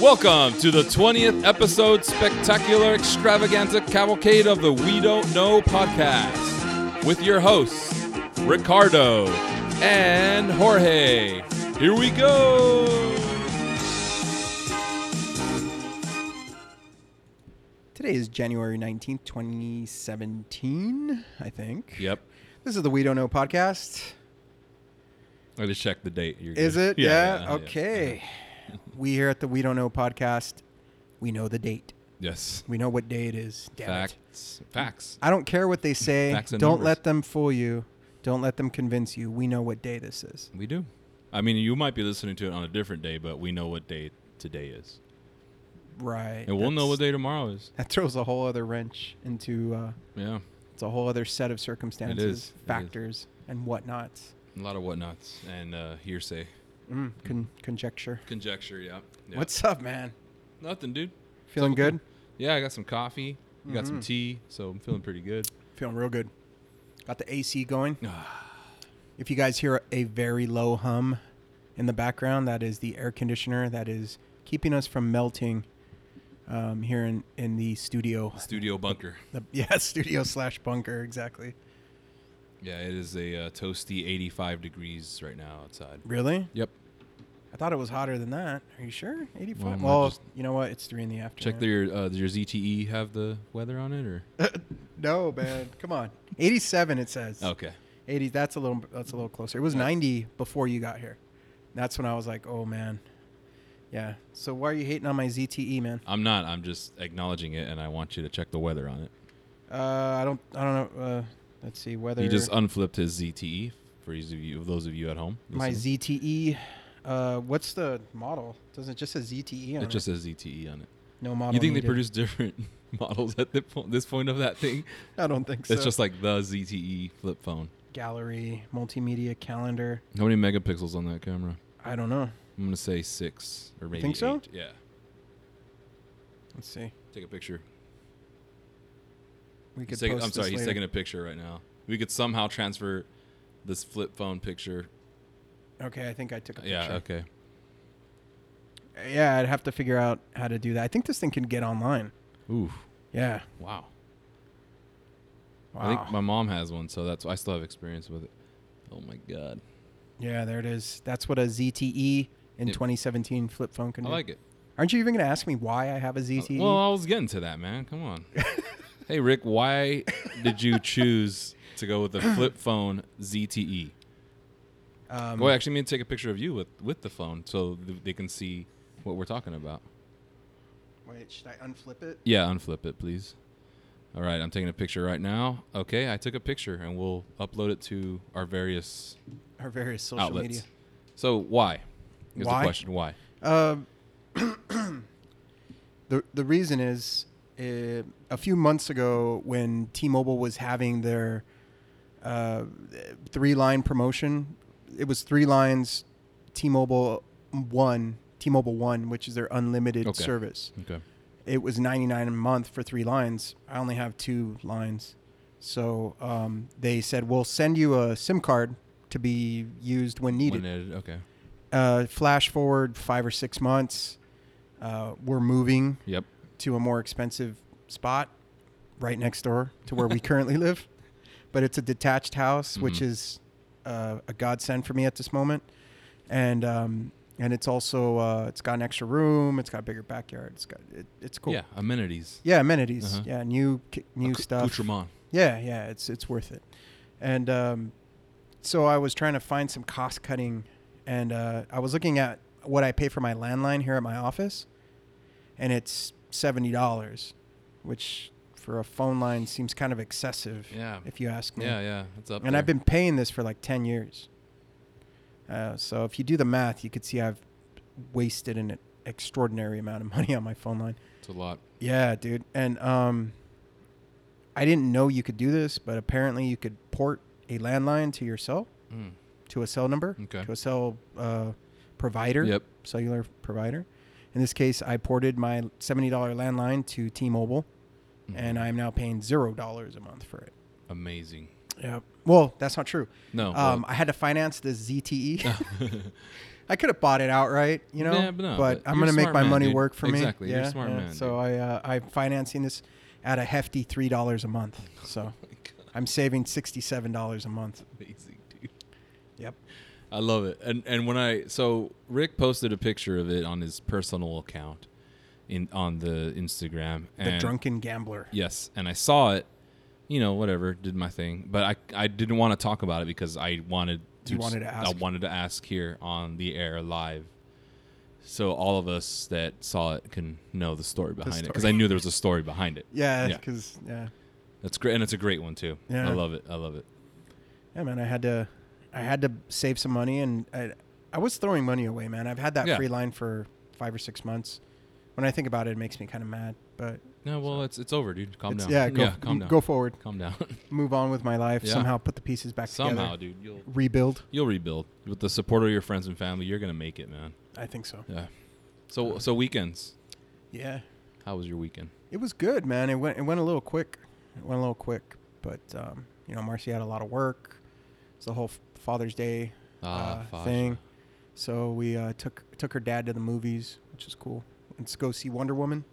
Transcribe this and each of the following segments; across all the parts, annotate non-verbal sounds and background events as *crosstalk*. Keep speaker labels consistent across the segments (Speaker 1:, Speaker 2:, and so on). Speaker 1: Welcome to the 20th episode spectacular extravaganza cavalcade of the We Don't Know podcast with your hosts, Ricardo and Jorge. Here we go.
Speaker 2: Today is January 19th, 2017, I think.
Speaker 1: Yep.
Speaker 2: This is the We Don't Know podcast.
Speaker 1: I just checked the date. You're
Speaker 2: Is
Speaker 1: good.
Speaker 2: it? Yeah. okay.
Speaker 1: Uh-huh.
Speaker 2: *laughs* we here at the We Don't Know podcast, we know the date.
Speaker 1: Yes.
Speaker 2: We know what day it is. Damn it.
Speaker 1: Facts. Facts.
Speaker 2: I don't care what they say.
Speaker 1: Facts and
Speaker 2: Don't
Speaker 1: numbers.
Speaker 2: let them fool you. Don't let them convince you. We know what day this is.
Speaker 1: We do. I mean, you might be listening to it on a different day, but we know what day today is.
Speaker 2: Right.
Speaker 1: And we'll know
Speaker 2: That's-
Speaker 1: what day tomorrow is.
Speaker 2: *laughs* That throws a whole other wrench into uh,
Speaker 1: Yeah.
Speaker 2: it's a whole other set of circumstances,
Speaker 1: is. It is.
Speaker 2: factors, and whatnots.
Speaker 1: A lot of whatnots and uh, hearsay.
Speaker 2: Mm, con- conjecture.
Speaker 1: Conjecture, yeah. yeah.
Speaker 2: What's up, man?
Speaker 1: nothing, dude?
Speaker 2: Feeling
Speaker 1: Something.
Speaker 2: good?
Speaker 1: Yeah, I got some coffee, I got
Speaker 2: Mm-hmm.
Speaker 1: some tea, so I'm feeling pretty good.
Speaker 2: Feeling real good. Got the AC going.
Speaker 1: Ah.
Speaker 2: if you guys hear a very low hum in the background, that is the air conditioner that is keeping us from melting um, here in, in the studio.
Speaker 1: Studio bunker.
Speaker 2: The, *laughs* yeah, studio slash bunker, exactly.
Speaker 1: Yeah, it is a uh, toasty 85 degrees right now outside.
Speaker 2: Really?
Speaker 1: Yep.
Speaker 2: I thought it was hotter than that. Are you sure? 85?
Speaker 1: Well, I
Speaker 2: Well,
Speaker 1: might just-
Speaker 2: you know what? It's three in the afternoon.
Speaker 1: Check their uh, does your ZTE have the weather on it or
Speaker 2: No, man. Come on. 87, it
Speaker 1: *laughs*
Speaker 2: says.
Speaker 1: okay.
Speaker 2: 80 that's a little that's a little closer it was
Speaker 1: Yeah.
Speaker 2: 90 before you got here that's when i was like oh man yeah so why are you hating on my zte man
Speaker 1: I'm not. I'm just acknowledging it, and I want you to check the weather on it.
Speaker 2: uh i don't i don't know uh let's see whether
Speaker 1: He just unflipped his ZTE for ease of you, those of you at home.
Speaker 2: my
Speaker 1: listening.
Speaker 2: zte uh what's the model doesn't it just says zte E on
Speaker 1: It
Speaker 2: it,
Speaker 1: just says ZTE E on it.
Speaker 2: no model
Speaker 1: You think they
Speaker 2: needed.
Speaker 1: produce *laughs* different models at the po- this point of that
Speaker 2: *laughs*
Speaker 1: thing?
Speaker 2: i don't think so
Speaker 1: It's just like the ZTE flip phone.
Speaker 2: gallery multimedia calendar
Speaker 1: How many megapixels on that camera?
Speaker 2: i don't know
Speaker 1: I'm gonna say six or maybe
Speaker 2: think so?
Speaker 1: eight. Yeah.
Speaker 2: let's see
Speaker 1: Take a picture.
Speaker 2: we could
Speaker 1: He's taking-
Speaker 2: post
Speaker 1: I'm sorry,
Speaker 2: this
Speaker 1: he's
Speaker 2: later.
Speaker 1: taking a picture right now. We could somehow transfer this flip phone picture.
Speaker 2: okay i think i took a picture
Speaker 1: Yeah, okay.
Speaker 2: yeah i'd have to figure out how to do that i think this thing can get online
Speaker 1: Ooh,
Speaker 2: yeah
Speaker 1: wow.
Speaker 2: wow
Speaker 1: I think my mom has one, so that's I still have experience with it. Oh my god,
Speaker 2: Yeah, there it is. That's what a ZTE in
Speaker 1: Yeah.
Speaker 2: 2017 flip phone can
Speaker 1: I
Speaker 2: do.
Speaker 1: like it.
Speaker 2: Aren't you even going to ask me why I have a E? ZTE?
Speaker 1: Well, I was getting to that, man. Come on. *laughs* hey, Rick, why did you choose to go
Speaker 2: *coughs*
Speaker 1: with the flip phone ZTE?
Speaker 2: um,
Speaker 1: Well, actually, I'm gonna take a picture of you with with the phone so th- they can see what we're talking about.
Speaker 2: wait, should I unflip it?
Speaker 1: Yeah, unflip it, please. All right, I'm taking a picture right now. Okay, I took a picture and we'll upload it to our various
Speaker 2: Our various social
Speaker 1: outlets.
Speaker 2: media.
Speaker 1: So why? Is
Speaker 2: Why?
Speaker 1: the question why?
Speaker 2: Um, *clears throat* the the reason is uh, a few months ago when T-Mobile was having their uh, three line promotion, it was three lines, T-Mobile one, T-Mobile one, which is their unlimited
Speaker 1: Okay.
Speaker 2: service.
Speaker 1: Okay.
Speaker 2: it was 99 a month for three lines i only have two lines so um, they said we'll send you a sim card to be used when
Speaker 1: When
Speaker 2: needed
Speaker 1: it- okay.
Speaker 2: uh, flash forward five or six months uh, we're moving
Speaker 1: Yep.
Speaker 2: to a more expensive spot right next door to where
Speaker 1: *laughs*
Speaker 2: we currently live. But it's a detached house, which
Speaker 1: Mhm.
Speaker 2: is uh, a godsend for me at this moment. And um, and it's also uh, it's got an extra room. It's got a bigger backyard. It's got it, it's cool.
Speaker 1: Yeah, amenities.
Speaker 2: Yeah, amenities.
Speaker 1: Uh-huh.
Speaker 2: Yeah, new ki- new
Speaker 1: Acc-
Speaker 2: stuff.
Speaker 1: accoutrement.
Speaker 2: Yeah, yeah, it's it's worth it. And um, so I was trying to find some cost cutting, and uh, I was looking at what I pay for my landline here at my office, and it's seventy dollars, which for a phone line seems kind of excessive.
Speaker 1: Yeah.
Speaker 2: If you ask me.
Speaker 1: Yeah, yeah. It's up
Speaker 2: And I've
Speaker 1: there.
Speaker 2: been paying this for like ten years. Uh, so if you do the math, you could see I've wasted an extraordinary amount of *laughs* money on my phone line.
Speaker 1: It's a lot.
Speaker 2: Yeah, dude. And um I didn't know you could do this, but apparently you could port a landline to your cell,
Speaker 1: Mm.
Speaker 2: to a cell number,
Speaker 1: Okay.
Speaker 2: to a cell uh, provider,
Speaker 1: Yep.
Speaker 2: cellular provider. In this case, I ported my $70 landline to T-Mobile,
Speaker 1: Mm-hmm.
Speaker 2: and uh, I'm now paying $0 a month for it. *laughs*
Speaker 1: Amazing. *laughs*
Speaker 2: Yep. Well, that's not true.
Speaker 1: No.
Speaker 2: um,
Speaker 1: well, *laughs*
Speaker 2: E. *laughs* I had to finance this ZTE. I could have bought it outright, you know.
Speaker 1: Yeah, but no,
Speaker 2: but
Speaker 1: but
Speaker 2: I'm
Speaker 1: you're
Speaker 2: gonna
Speaker 1: a
Speaker 2: make
Speaker 1: smart
Speaker 2: my
Speaker 1: man,
Speaker 2: money
Speaker 1: dude.
Speaker 2: work for me.
Speaker 1: Exactly, you're a
Speaker 2: Yeah,
Speaker 1: smart
Speaker 2: yeah.
Speaker 1: man,
Speaker 2: So I uh, I'm financing this at a hefty three dollars
Speaker 1: *laughs*
Speaker 2: a month.
Speaker 1: Oh
Speaker 2: So I'm saving sixty seven dollars a month.
Speaker 1: Amazing, dude.
Speaker 2: Yep.
Speaker 1: I love it. And and when I so Rick posted a picture of it on his personal account in on the Instagram.
Speaker 2: The
Speaker 1: and-
Speaker 2: drunken gambler.
Speaker 1: Yes, and I saw it. You know, whatever, did my thing, but I I didn't want to talk about it because I wanted to.
Speaker 2: You wanted to
Speaker 1: I
Speaker 2: ask.
Speaker 1: wanted to ask here on the air live, so all of us that saw it can know the story behind it because I
Speaker 2: story.
Speaker 1: knew there was a story behind it.
Speaker 2: Yeah,
Speaker 1: Yeah.
Speaker 2: because yeah.
Speaker 1: That's great, and it's a great one too. I
Speaker 2: Yeah.
Speaker 1: love it. I love it.
Speaker 2: Yeah, man, I had to, I had to save some money, and I, I was throwing money away, man. I've had that
Speaker 1: Yeah.
Speaker 2: free line for five or six months. When I think about it, it makes me kind of mad, but
Speaker 1: No, well, it's it's over, dude. Calm
Speaker 2: it's,
Speaker 1: down.
Speaker 2: yeah, go,
Speaker 1: calm down.
Speaker 2: go forward,
Speaker 1: calm down. *laughs*
Speaker 2: move on with my life.
Speaker 1: Yeah.
Speaker 2: Somehow put the pieces back
Speaker 1: Somehow,
Speaker 2: together,
Speaker 1: dude, you'll
Speaker 2: rebuild.
Speaker 1: you'll rebuild with the support of your friends and family. You're gonna make it, man.
Speaker 2: I think so.
Speaker 1: Yeah. So so weekends.
Speaker 2: Yeah,
Speaker 1: How was your weekend?
Speaker 2: it was good, man. It went, it went a little quick. It went a little quick, but um, you know, Marcy had a lot of work. It's the whole Father's Day uh,
Speaker 1: Fasha.
Speaker 2: thing. So we uh, took took her dad to the movies, which is cool. Let's go see Wonder Woman.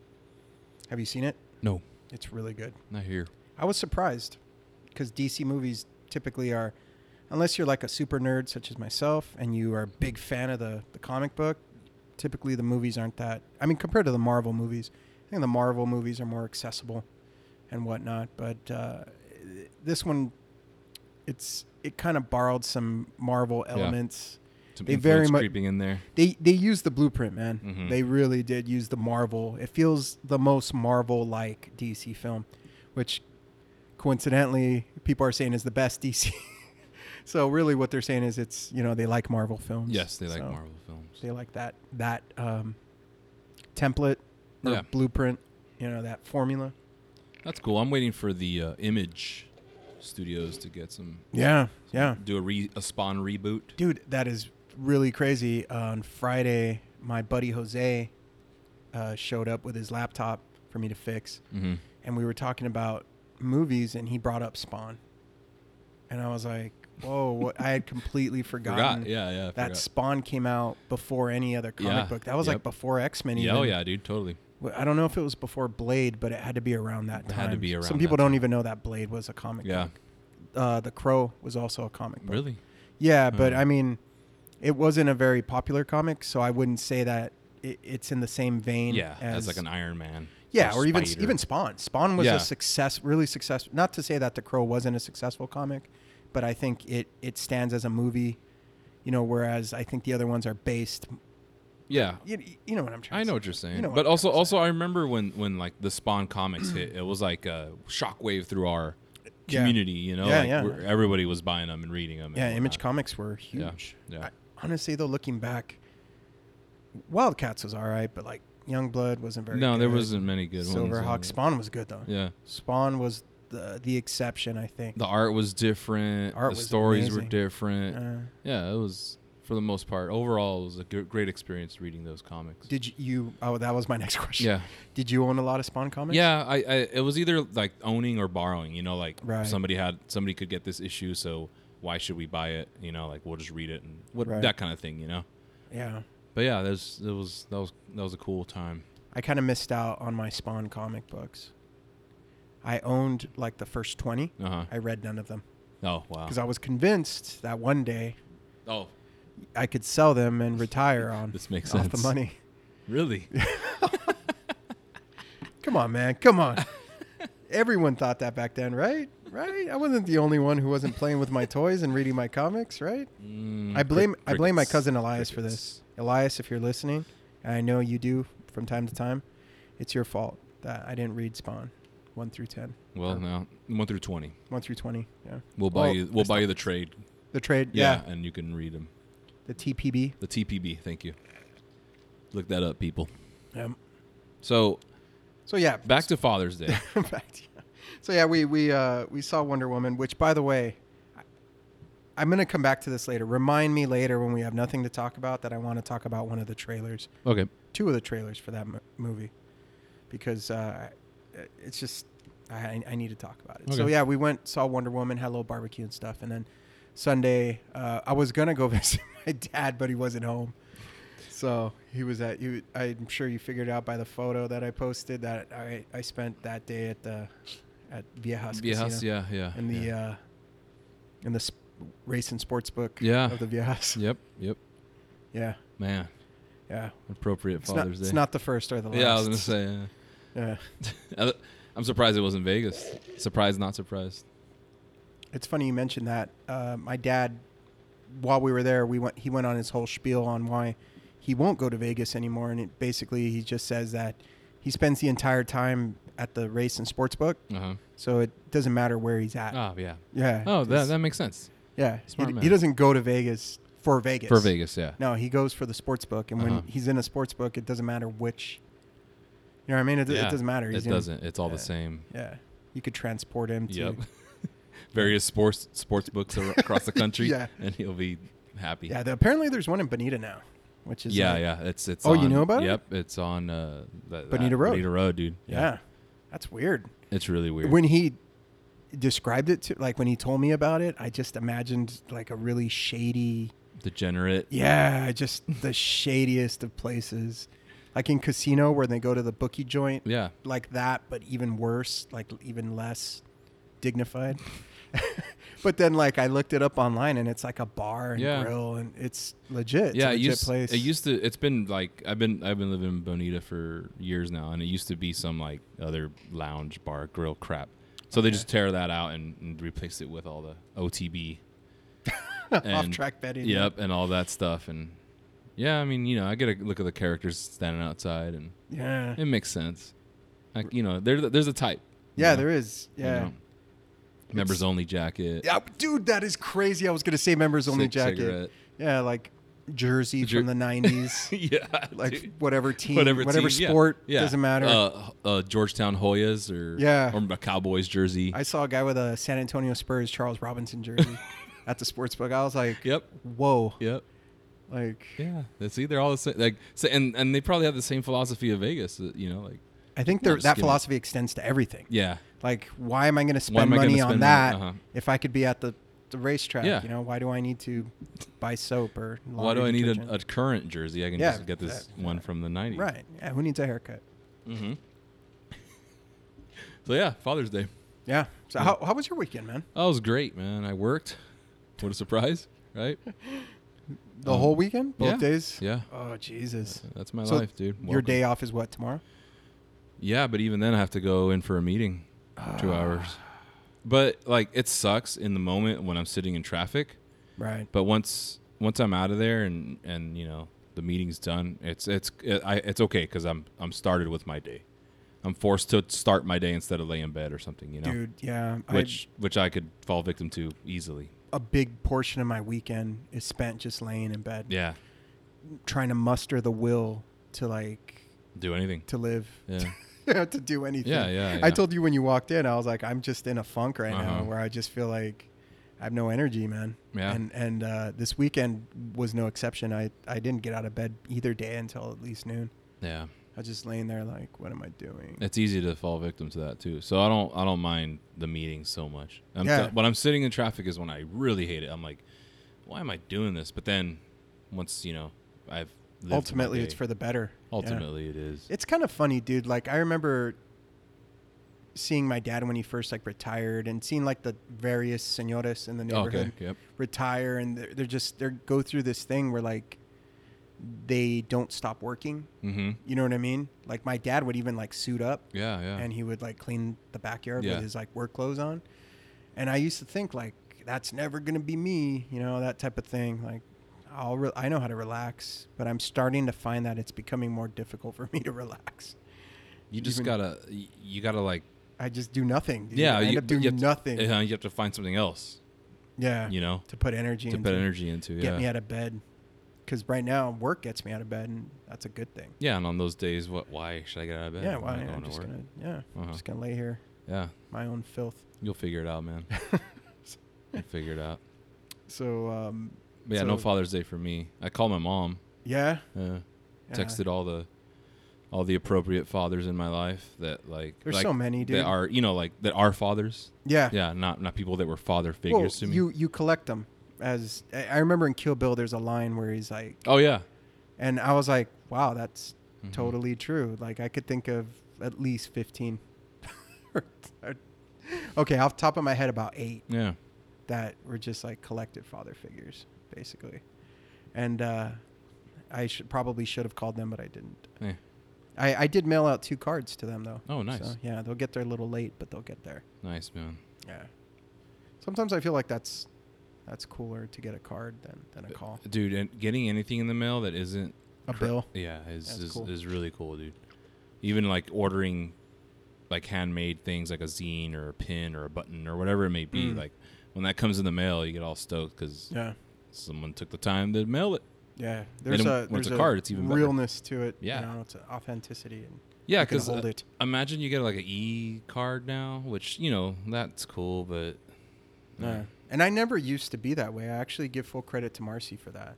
Speaker 2: Have you seen it?
Speaker 1: No,
Speaker 2: It's really good.
Speaker 1: not here.
Speaker 2: I was surprised because DC movies typically are, unless you're like a super nerd such as myself and you are a big fan of the, the comic book, typically the movies aren't that. I mean, compared to the Marvel movies, I think the Marvel movies are more accessible and whatnot. But uh, this one, it's it kind of borrowed some Marvel elements.
Speaker 1: Some
Speaker 2: They very
Speaker 1: influence
Speaker 2: mu-
Speaker 1: creeping in there.
Speaker 2: They they used the blueprint, man.
Speaker 1: Mhm.
Speaker 2: They really did use the Marvel. It feels the most Marvel like DC film, which coincidentally people are saying is the best DC. *laughs* so really what they're saying is it's, you know, they like Marvel films.
Speaker 1: Yes, they like
Speaker 2: So
Speaker 1: Marvel films.
Speaker 2: They like that that um, template or
Speaker 1: Yeah.
Speaker 2: blueprint, you know, that formula.
Speaker 1: That's cool. I'm waiting for the uh, Image Studios to get some
Speaker 2: Yeah. Yeah.
Speaker 1: do a re a Spawn reboot.
Speaker 2: Dude, that is really crazy. on Friday, my buddy Jose uh, showed up with his laptop for me to fix.
Speaker 1: Mm-hmm.
Speaker 2: and we were talking about movies and he brought up Spawn. And I was like, whoa, what? I had completely forgotten
Speaker 1: *laughs* Forgot. Yeah, yeah. I
Speaker 2: that
Speaker 1: forgot.
Speaker 2: Spawn came out before any other comic
Speaker 1: Yeah,
Speaker 2: book. That was
Speaker 1: yep.
Speaker 2: like before X Men.
Speaker 1: Yeah, oh yeah, dude, totally.
Speaker 2: I don't know if it was before Blade, but it had to be around that
Speaker 1: It
Speaker 2: time.
Speaker 1: had to be around
Speaker 2: Some people
Speaker 1: that
Speaker 2: don't even know that Blade was a comic
Speaker 1: Yeah,
Speaker 2: book. Uh, the Crow was also a comic book.
Speaker 1: really.
Speaker 2: Yeah, but
Speaker 1: Oh.
Speaker 2: I mean, it wasn't a very popular comic, so I wouldn't say that it, it's in the same vein
Speaker 1: Yeah, as,
Speaker 2: as
Speaker 1: like an Iron Man.
Speaker 2: yeah, or even
Speaker 1: Spider.
Speaker 2: even Spawn. Spawn was
Speaker 1: Yeah.
Speaker 2: a success, really successful. Not to say that The Crow wasn't a successful comic, but I think it it stands as a movie, you know. Whereas I think the other ones are based.
Speaker 1: Yeah,
Speaker 2: You, you know what I'm trying.
Speaker 1: I
Speaker 2: to
Speaker 1: know
Speaker 2: say.
Speaker 1: what you're saying,
Speaker 2: You know
Speaker 1: but
Speaker 2: what I'm
Speaker 1: also,
Speaker 2: trying to
Speaker 1: also, I remember when when like the Spawn
Speaker 2: *clears throat*
Speaker 1: comics hit, it was like a shockwave through our
Speaker 2: Yeah.
Speaker 1: community. You know,
Speaker 2: Yeah,
Speaker 1: like
Speaker 2: yeah.
Speaker 1: where everybody was buying them and reading them.
Speaker 2: Yeah, Image Comics were
Speaker 1: Yeah,
Speaker 2: huge.
Speaker 1: yeah.
Speaker 2: I- honestly, though, looking back, Wildcats was all right, but like Youngblood wasn't very.
Speaker 1: no,
Speaker 2: good.
Speaker 1: there wasn't many good ones.
Speaker 2: Silverhawk.
Speaker 1: uh,
Speaker 2: Spawn was good though.
Speaker 1: Yeah,
Speaker 2: Spawn was the the exception, I think.
Speaker 1: the art was different.
Speaker 2: Art
Speaker 1: the
Speaker 2: was
Speaker 1: stories were
Speaker 2: amazing.
Speaker 1: different.
Speaker 2: Uh,
Speaker 1: yeah, it was for the most part. Overall, it was a g- great experience reading those comics.
Speaker 2: did you? Oh, that was my next *laughs* question.
Speaker 1: yeah,
Speaker 2: Did you own a lot of Spawn comics?
Speaker 1: yeah. I, I it was either like owning or borrowing. You know, like
Speaker 2: Right.
Speaker 1: somebody had somebody could get this issue, so why should we buy it? You know, like we'll just read it and what
Speaker 2: Right.
Speaker 1: that kind of thing. You know.
Speaker 2: Yeah.
Speaker 1: But yeah, that was that was that was that was a cool time.
Speaker 2: I kind of missed out on my Spawn comic books. I owned like the first 20.
Speaker 1: Uh huh.
Speaker 2: I read none of them
Speaker 1: Oh wow.
Speaker 2: because I was convinced that one day
Speaker 1: Oh,
Speaker 2: I could sell them
Speaker 1: *laughs*
Speaker 2: and retire on
Speaker 1: This makes
Speaker 2: off
Speaker 1: sense.
Speaker 2: the money.
Speaker 1: *laughs*
Speaker 2: *laughs*
Speaker 1: really?
Speaker 2: Come on, man. Come on. Everyone thought that back then, right? Right? I wasn't the only one who wasn't playing with my toys and reading my comics, right?
Speaker 1: Mm,
Speaker 2: I blame
Speaker 1: crick-
Speaker 2: I blame my
Speaker 1: crickets.
Speaker 2: cousin Elias for
Speaker 1: Crickets.
Speaker 2: this. Elias, if you're listening, and I know you do from time to time, it's your fault that I didn't read Spawn 1 through 10.
Speaker 1: Well,
Speaker 2: Or-
Speaker 1: no, one through twenty.
Speaker 2: 1 through 20. Yeah.
Speaker 1: We'll buy
Speaker 2: Well,
Speaker 1: you. We'll
Speaker 2: I
Speaker 1: buy you the trade.
Speaker 2: The trade, yeah.
Speaker 1: and you can read them.
Speaker 2: The TPB.
Speaker 1: The TPB. Thank you. Look that up, people.
Speaker 2: Um,
Speaker 1: So
Speaker 2: so yeah,
Speaker 1: back to Father's Day.
Speaker 2: *laughs* back to- So yeah, we we uh, we saw Wonder Woman, which by the way, I- I'm gonna come back to this later. Remind me later when we have nothing to talk about that I want to talk about one of the trailers,
Speaker 1: *laughs* okay.
Speaker 2: two of the trailers for that mo- movie, because uh, it's just I I need to talk about it. So
Speaker 1: Okay.
Speaker 2: yeah, we went saw Wonder Woman, had a little barbecue and stuff, and then Sunday. Uh, I was gonna go *laughs* visit my dad, but he wasn't home. So he was at you. I'm sure you figured out by the photo that I posted that I, I spent that day at the at Viejas.
Speaker 1: Viejas,
Speaker 2: Casino
Speaker 1: yeah, yeah.
Speaker 2: In the
Speaker 1: yeah.
Speaker 2: uh, in the sp- race and sports book.
Speaker 1: Yeah.
Speaker 2: Of the Viejas.
Speaker 1: yep, yep.
Speaker 2: Yeah.
Speaker 1: Man,
Speaker 2: Yeah.
Speaker 1: appropriate
Speaker 2: It's not,
Speaker 1: Father's Day.
Speaker 2: it's not the first or the last.
Speaker 1: yeah, I was gonna say. yeah. *laughs*
Speaker 2: Yeah.
Speaker 1: Uh, I'm surprised it wasn't Vegas. Surprised, not surprised.
Speaker 2: It's funny you mentioned that. Uh, my dad, while we were there, we went. He went on his whole spiel on why he won't go to Vegas anymore, and it basically he just says that he spends the entire time at the race and sports book,
Speaker 1: Uh huh.
Speaker 2: so it doesn't matter where he's at.
Speaker 1: Oh yeah.
Speaker 2: Uh, yeah.
Speaker 1: Oh, that
Speaker 2: it's-
Speaker 1: that makes sense
Speaker 2: yeah.
Speaker 1: smart
Speaker 2: he,
Speaker 1: man.
Speaker 2: he doesn't go to Vegas for Vegas.
Speaker 1: for Vegas. Yeah.
Speaker 2: No, he goes for the sports book, and
Speaker 1: Uh-huh.
Speaker 2: when he's in a sports book, it doesn't matter which. You know what I mean? It,
Speaker 1: Yeah,
Speaker 2: it doesn't matter.
Speaker 1: it
Speaker 2: He's in-
Speaker 1: doesn't. It's all
Speaker 2: yeah.
Speaker 1: the same.
Speaker 2: Yeah. You could transport him to.
Speaker 1: Yep. *laughs* Various sports sports books ar- across
Speaker 2: *laughs*
Speaker 1: the country.
Speaker 2: Yeah.
Speaker 1: And he'll be happy.
Speaker 2: Yeah. The, apparently, there's one in Bonita now, which is
Speaker 1: Yeah,
Speaker 2: like-
Speaker 1: yeah, it's it's.
Speaker 2: Oh, you
Speaker 1: on-
Speaker 2: know about it?
Speaker 1: Yep, it's on uh, that,
Speaker 2: Bonita
Speaker 1: that-
Speaker 2: Road.
Speaker 1: Bonita Road, dude.
Speaker 2: Yeah. That's weird.
Speaker 1: it's really weird.
Speaker 2: When he described it to like when he told me about it, I just imagined like a really shady
Speaker 1: Degenerate.
Speaker 2: yeah, just the shadiest of places. Like in casino where they go to the bookie joint
Speaker 1: Yeah,
Speaker 2: like that, but even worse, like even less dignified. *laughs* but then like I looked it up online and it's like a bar and
Speaker 1: Yeah.
Speaker 2: grill and it's legit. It's
Speaker 1: yeah.
Speaker 2: a
Speaker 1: It
Speaker 2: legit
Speaker 1: used,
Speaker 2: place.
Speaker 1: it used to. It's been like I've been I've been living in Bonita for years now, and it used to be some like other lounge bar grill crap. So they just tear that out and, and replace it with all the OTB.
Speaker 2: *laughs* off
Speaker 1: and-
Speaker 2: track betting.
Speaker 1: Yep, and all that stuff, and yeah, I mean, you know, I get a look at the characters standing outside, and
Speaker 2: Yeah.
Speaker 1: it makes sense. Like you know, there there's a type. you
Speaker 2: Yeah,
Speaker 1: know?
Speaker 2: there is.
Speaker 1: you
Speaker 2: Yeah.
Speaker 1: know. members only jacket.
Speaker 2: Yeah, dude, that is crazy. I was gonna say members only
Speaker 1: Cig-
Speaker 2: jacket.
Speaker 1: cigarette.
Speaker 2: Yeah, like jersey
Speaker 1: Jer-
Speaker 2: from
Speaker 1: *laughs*
Speaker 2: the nineties,
Speaker 1: yeah,
Speaker 2: *laughs* like
Speaker 1: dude.
Speaker 2: whatever team,
Speaker 1: whatever,
Speaker 2: whatever,
Speaker 1: team, yeah,
Speaker 2: sport
Speaker 1: yeah.
Speaker 2: doesn't matter.
Speaker 1: Uh, uh, Georgetown Hoyas or
Speaker 2: Yeah.
Speaker 1: or a Cowboys jersey.
Speaker 2: I saw a guy with a San Antonio Spurs Charles Robinson
Speaker 1: *laughs*
Speaker 2: jersey at the sports book. I was like,
Speaker 1: yep,
Speaker 2: whoa,
Speaker 1: yep,
Speaker 2: like
Speaker 1: yeah. That's either all the same. Like so, and and they probably have the same philosophy of Vegas. uh, You know, like
Speaker 2: I think
Speaker 1: No,
Speaker 2: there,
Speaker 1: just
Speaker 2: that
Speaker 1: give me-
Speaker 2: philosophy extends to everything.
Speaker 1: yeah,
Speaker 2: Like, why am I going to
Speaker 1: am
Speaker 2: spend
Speaker 1: I gonna
Speaker 2: money
Speaker 1: spend
Speaker 2: on
Speaker 1: money?
Speaker 2: that
Speaker 1: Uh-huh.
Speaker 2: if I could be at the the racetrack,
Speaker 1: Yeah.
Speaker 2: you know, why do I need to buy soap or
Speaker 1: why do I
Speaker 2: laundry
Speaker 1: need
Speaker 2: detergent?
Speaker 1: a, a current jersey? I can
Speaker 2: Yeah,
Speaker 1: just get this
Speaker 2: that-
Speaker 1: one from the '90s.
Speaker 2: right? Yeah, who needs a haircut?
Speaker 1: Mm-hmm. *laughs* so yeah, Father's Day.
Speaker 2: Yeah. So, how, how was your weekend, man?
Speaker 1: That was great, man. I worked. What a surprise, right?
Speaker 2: The
Speaker 1: Um,
Speaker 2: whole weekend, both
Speaker 1: yeah.
Speaker 2: days.
Speaker 1: Yeah,
Speaker 2: Oh Jesus!
Speaker 1: that's my
Speaker 2: So,
Speaker 1: life, dude.
Speaker 2: Your
Speaker 1: Welcome.
Speaker 2: day off is what tomorrow?
Speaker 1: *laughs* Yeah, but even then I have to go in for a meeting, two hours. But like it sucks in the moment when I'm sitting in traffic.
Speaker 2: Right.
Speaker 1: But once once I'm out of there and and you know the meeting's done, it's it's it, I, it's okay because I'm I'm started with my day. I'm forced to start my day instead of lay in bed or something, you know,
Speaker 2: Dude, yeah.
Speaker 1: which which I could fall victim to easily.
Speaker 2: I, a big portion of my weekend is spent just laying in bed,
Speaker 1: Yeah,
Speaker 2: trying to muster the will to like
Speaker 1: do anything.
Speaker 2: to live,
Speaker 1: Yeah,
Speaker 2: *laughs* to do anything.
Speaker 1: yeah, yeah.
Speaker 2: I
Speaker 1: yeah.
Speaker 2: told you when you walked in, I was like, I'm just in a funk right
Speaker 1: Uh-huh.
Speaker 2: now, where I just feel like I have no energy, man.
Speaker 1: Yeah.
Speaker 2: And and uh, this weekend was no exception. I I didn't get out of bed either day until at least noon.
Speaker 1: yeah.
Speaker 2: I was just laying there like, what am I doing?
Speaker 1: It's easy to fall victim to that too. So I don't I don't mind the meetings so much. I'm
Speaker 2: Yeah.
Speaker 1: when I'm sitting in traffic is when I really hate it. I'm like, why am I doing this? But then once, you know, I've lived my
Speaker 2: Ultimately, it's
Speaker 1: day,
Speaker 2: for the better. Yeah.
Speaker 1: Ultimately it is.
Speaker 2: It's kind of funny, dude. Like I remember seeing my dad when he first like retired, and seeing like the various señores in the neighborhood
Speaker 1: Oh, okay. Yep.
Speaker 2: retire, and they're, they're just they are go through this thing where like they don't stop working.
Speaker 1: Mm-hmm.
Speaker 2: You know what I mean? Like my dad would even like suit up,
Speaker 1: Yeah, yeah.
Speaker 2: and he would like clean the backyard
Speaker 1: Yeah.
Speaker 2: with his like work clothes on, and I used to think like that's never gonna be me, you know, that type of thing. Like I'll re- I know how to relax, but I'm starting to find that it's becoming more difficult for me to relax.
Speaker 1: you just
Speaker 2: even-
Speaker 1: gotta y- you gotta like
Speaker 2: I just do nothing. Dude.
Speaker 1: yeah,
Speaker 2: I end
Speaker 1: you,
Speaker 2: up doing
Speaker 1: you have
Speaker 2: nothing.
Speaker 1: To, uh, you have to find something else,
Speaker 2: yeah,
Speaker 1: you know,
Speaker 2: to put energy
Speaker 1: to
Speaker 2: into
Speaker 1: put energy into. Yeah.
Speaker 2: get me out of bed. Because right now work gets me out of bed, and that's a good thing.
Speaker 1: yeah, and on those days, what? Why should I get out of bed?
Speaker 2: yeah,
Speaker 1: I'm
Speaker 2: why?
Speaker 1: not
Speaker 2: I'm
Speaker 1: going to
Speaker 2: just
Speaker 1: work.
Speaker 2: gonna yeah,
Speaker 1: Uh-huh.
Speaker 2: I'm just gonna lay here,
Speaker 1: Yeah,
Speaker 2: my
Speaker 1: *laughs*
Speaker 2: own filth.
Speaker 1: you'll figure it out, man. you'll figure it
Speaker 2: *laughs*
Speaker 1: out.
Speaker 2: So um,
Speaker 1: But yeah, no
Speaker 2: So-
Speaker 1: Father's Day for me. I called my mom.
Speaker 2: yeah,
Speaker 1: Uh,
Speaker 2: yeah.
Speaker 1: Texted all the all the appropriate fathers in my life that like
Speaker 2: There's
Speaker 1: like,
Speaker 2: so many, dude.
Speaker 1: that are you know like that are fathers.
Speaker 2: yeah,
Speaker 1: Yeah, not not people that were father
Speaker 2: Well,
Speaker 1: figures to me.
Speaker 2: you you collect them. as I I remember in Kill Bill, there's a line where he's like,
Speaker 1: Oh yeah.
Speaker 2: and I was like, wow, that's
Speaker 1: Mm-hmm.
Speaker 2: totally true. Like I could think of at least fifteen. *laughs* okay, off the top of my head, about eight
Speaker 1: Yeah.
Speaker 2: that were just like collective father figures, basically. And uh, I should probably should have called them, but I didn't.
Speaker 1: Yeah.
Speaker 2: I, I did mail out two cards to them though.
Speaker 1: Oh, nice.
Speaker 2: yeah, they'll get there a little late, but they'll get there.
Speaker 1: Nice man.
Speaker 2: Yeah. Sometimes I feel like that's that's cooler to get a card than than a
Speaker 1: Uh,
Speaker 2: call.
Speaker 1: Dude, and getting anything in the mail that isn't
Speaker 2: A
Speaker 1: cor-
Speaker 2: bill.
Speaker 1: Yeah, is
Speaker 2: That's
Speaker 1: is,
Speaker 2: cool.
Speaker 1: is really cool, dude. Even like ordering like handmade things like a zine or a pin or a button or whatever it may be,
Speaker 2: Mm.
Speaker 1: like when that comes in the mail, you get all stoked cuz
Speaker 2: Yeah.
Speaker 1: someone took the time to mail it.
Speaker 2: Yeah. There's
Speaker 1: it-
Speaker 2: a
Speaker 1: when
Speaker 2: there's
Speaker 1: it's a card, it's even better.
Speaker 2: realness to it.
Speaker 1: Yeah.
Speaker 2: You know, it's an authenticity and
Speaker 1: Yeah, uh,
Speaker 2: you can
Speaker 1: cuz
Speaker 2: hold it.
Speaker 1: imagine you get like an e card now, which, you know, that's cool, but
Speaker 2: Yeah. And I never used to be that way. I actually give full credit to Marcy for that.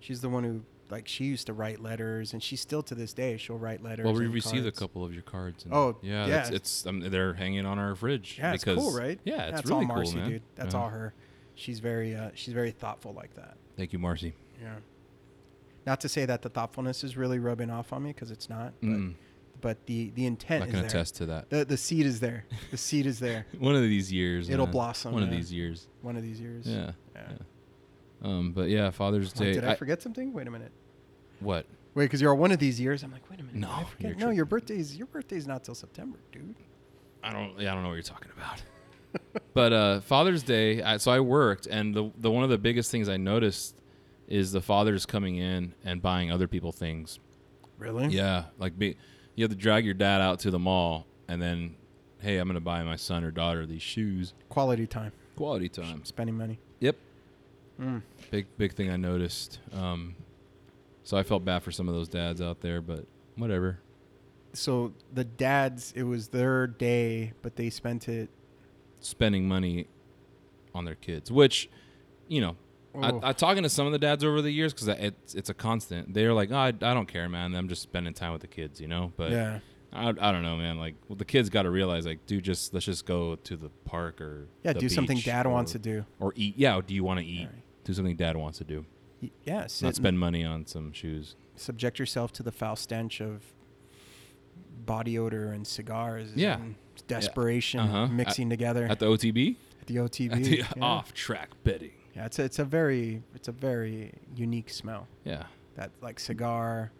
Speaker 2: She's the one who like she used to write letters and she still to this day she'll write letters.
Speaker 1: Well, we
Speaker 2: and
Speaker 1: received a
Speaker 2: cards.
Speaker 1: couple of your cards. And
Speaker 2: Oh,
Speaker 1: yeah,
Speaker 2: yeah.
Speaker 1: It's, it's um, they're hanging on our fridge.
Speaker 2: Yeah,
Speaker 1: because,
Speaker 2: it's cool, right?
Speaker 1: Yeah, it's
Speaker 2: That's
Speaker 1: really
Speaker 2: all Marcy,
Speaker 1: cool, man.
Speaker 2: dude. That's
Speaker 1: Yeah.
Speaker 2: all her. She's very uh, she's very thoughtful like that.
Speaker 1: Thank you, Marcy.
Speaker 2: Yeah. Not to say that the thoughtfulness is really rubbing off on me because it's not, but,
Speaker 1: Mm,
Speaker 2: but the the
Speaker 1: I
Speaker 2: intent
Speaker 1: can
Speaker 2: is there.
Speaker 1: attest to that.
Speaker 2: The the seed is there. The seed is there.
Speaker 1: *laughs* One of these years,
Speaker 2: It'll
Speaker 1: man.
Speaker 2: blossom,
Speaker 1: One of
Speaker 2: yeah.
Speaker 1: these years.
Speaker 2: One of these years.
Speaker 1: Yeah.
Speaker 2: Yeah.
Speaker 1: Um, but yeah, Father's
Speaker 2: Like,
Speaker 1: Day.
Speaker 2: Oh, did I, forget something? Wait a minute.
Speaker 1: What?
Speaker 2: Wait, because you're one of these years. I'm like, wait a minute. did I
Speaker 1: No,
Speaker 2: forget?
Speaker 1: you're
Speaker 2: no,
Speaker 1: tripping.
Speaker 2: your birthday's your birthday's not till September, dude. *laughs*
Speaker 1: I don't. Yeah, I don't know what you're talking about. but uh, Father's Day. I, so I worked, and the the one of the biggest things I noticed is the fathers coming in and buying other people things.
Speaker 2: Really?
Speaker 1: Yeah, like be, you have to drag your dad out to the mall, and then, hey, I'm gonna buy my son or daughter these shoes.
Speaker 2: Quality time.
Speaker 1: Quality time.
Speaker 2: Spending money.
Speaker 1: Yep.
Speaker 2: Mm.
Speaker 1: Big big thing I noticed. Um, so I felt bad for some of those dads out there, but whatever.
Speaker 2: So the dads, it was their day, but they spent it.
Speaker 1: Spending money on their kids, which, you know,
Speaker 2: Oh.
Speaker 1: I, I talking to some of the dads over the years because it's it's a constant. They're like, oh, I, I don't care, man. I'm just spending time with the kids, you know. But
Speaker 2: yeah.
Speaker 1: I, I don't know, man. Like well, the kids got to realize, like, dude, just let's just go to the park or
Speaker 2: Yeah.
Speaker 1: the
Speaker 2: Do something
Speaker 1: beach
Speaker 2: dad
Speaker 1: or,
Speaker 2: wants to do.
Speaker 1: or eat. Yeah, do you want to eat?
Speaker 2: Alright.
Speaker 1: Do something dad wants to do.
Speaker 2: Y- Yeah. Sit
Speaker 1: Not
Speaker 2: and
Speaker 1: spend money on some shoes.
Speaker 2: subject yourself to the foul stench of body odor and cigars.
Speaker 1: Yeah.
Speaker 2: And desperation
Speaker 1: Uh-huh.
Speaker 2: mixing together
Speaker 1: At the OTB,
Speaker 2: at the OTV.
Speaker 1: At the
Speaker 2: yeah.
Speaker 1: *laughs* off track betting.
Speaker 2: Yeah. It's a, it's a very it's a very unique smell.
Speaker 1: Yeah.
Speaker 2: That like cigar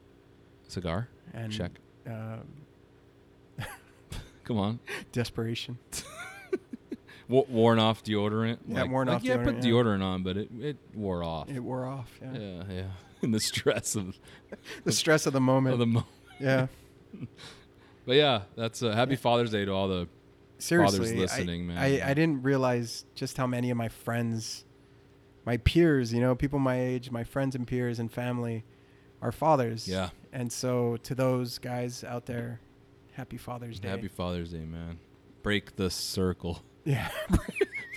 Speaker 1: Cigar.
Speaker 2: and
Speaker 1: Check.
Speaker 2: Um,
Speaker 1: Come on.
Speaker 2: desperation.
Speaker 1: W- worn off deodorant.
Speaker 2: Yeah, worn off
Speaker 1: Yeah, put
Speaker 2: deodorant, yeah.
Speaker 1: deodorant on, but it, it wore off.
Speaker 2: It wore off. Yeah.
Speaker 1: yeah, yeah. *laughs* And the stress of,
Speaker 2: The stress of the moment.
Speaker 1: of the moment.
Speaker 2: yeah.
Speaker 1: But yeah, that's uh, happy Father's Day to all the.
Speaker 2: Seriously, I-
Speaker 1: listening, man.
Speaker 2: I, I didn't realize just how many of my friends, my peers, you know, people my age, my friends and peers and family, are fathers.
Speaker 1: Yeah.
Speaker 2: And so to those guys out there, happy Father's Day.
Speaker 1: Happy Father's Day, man. Break the circle.
Speaker 2: *laughs*
Speaker 1: *laughs*
Speaker 2: yeah.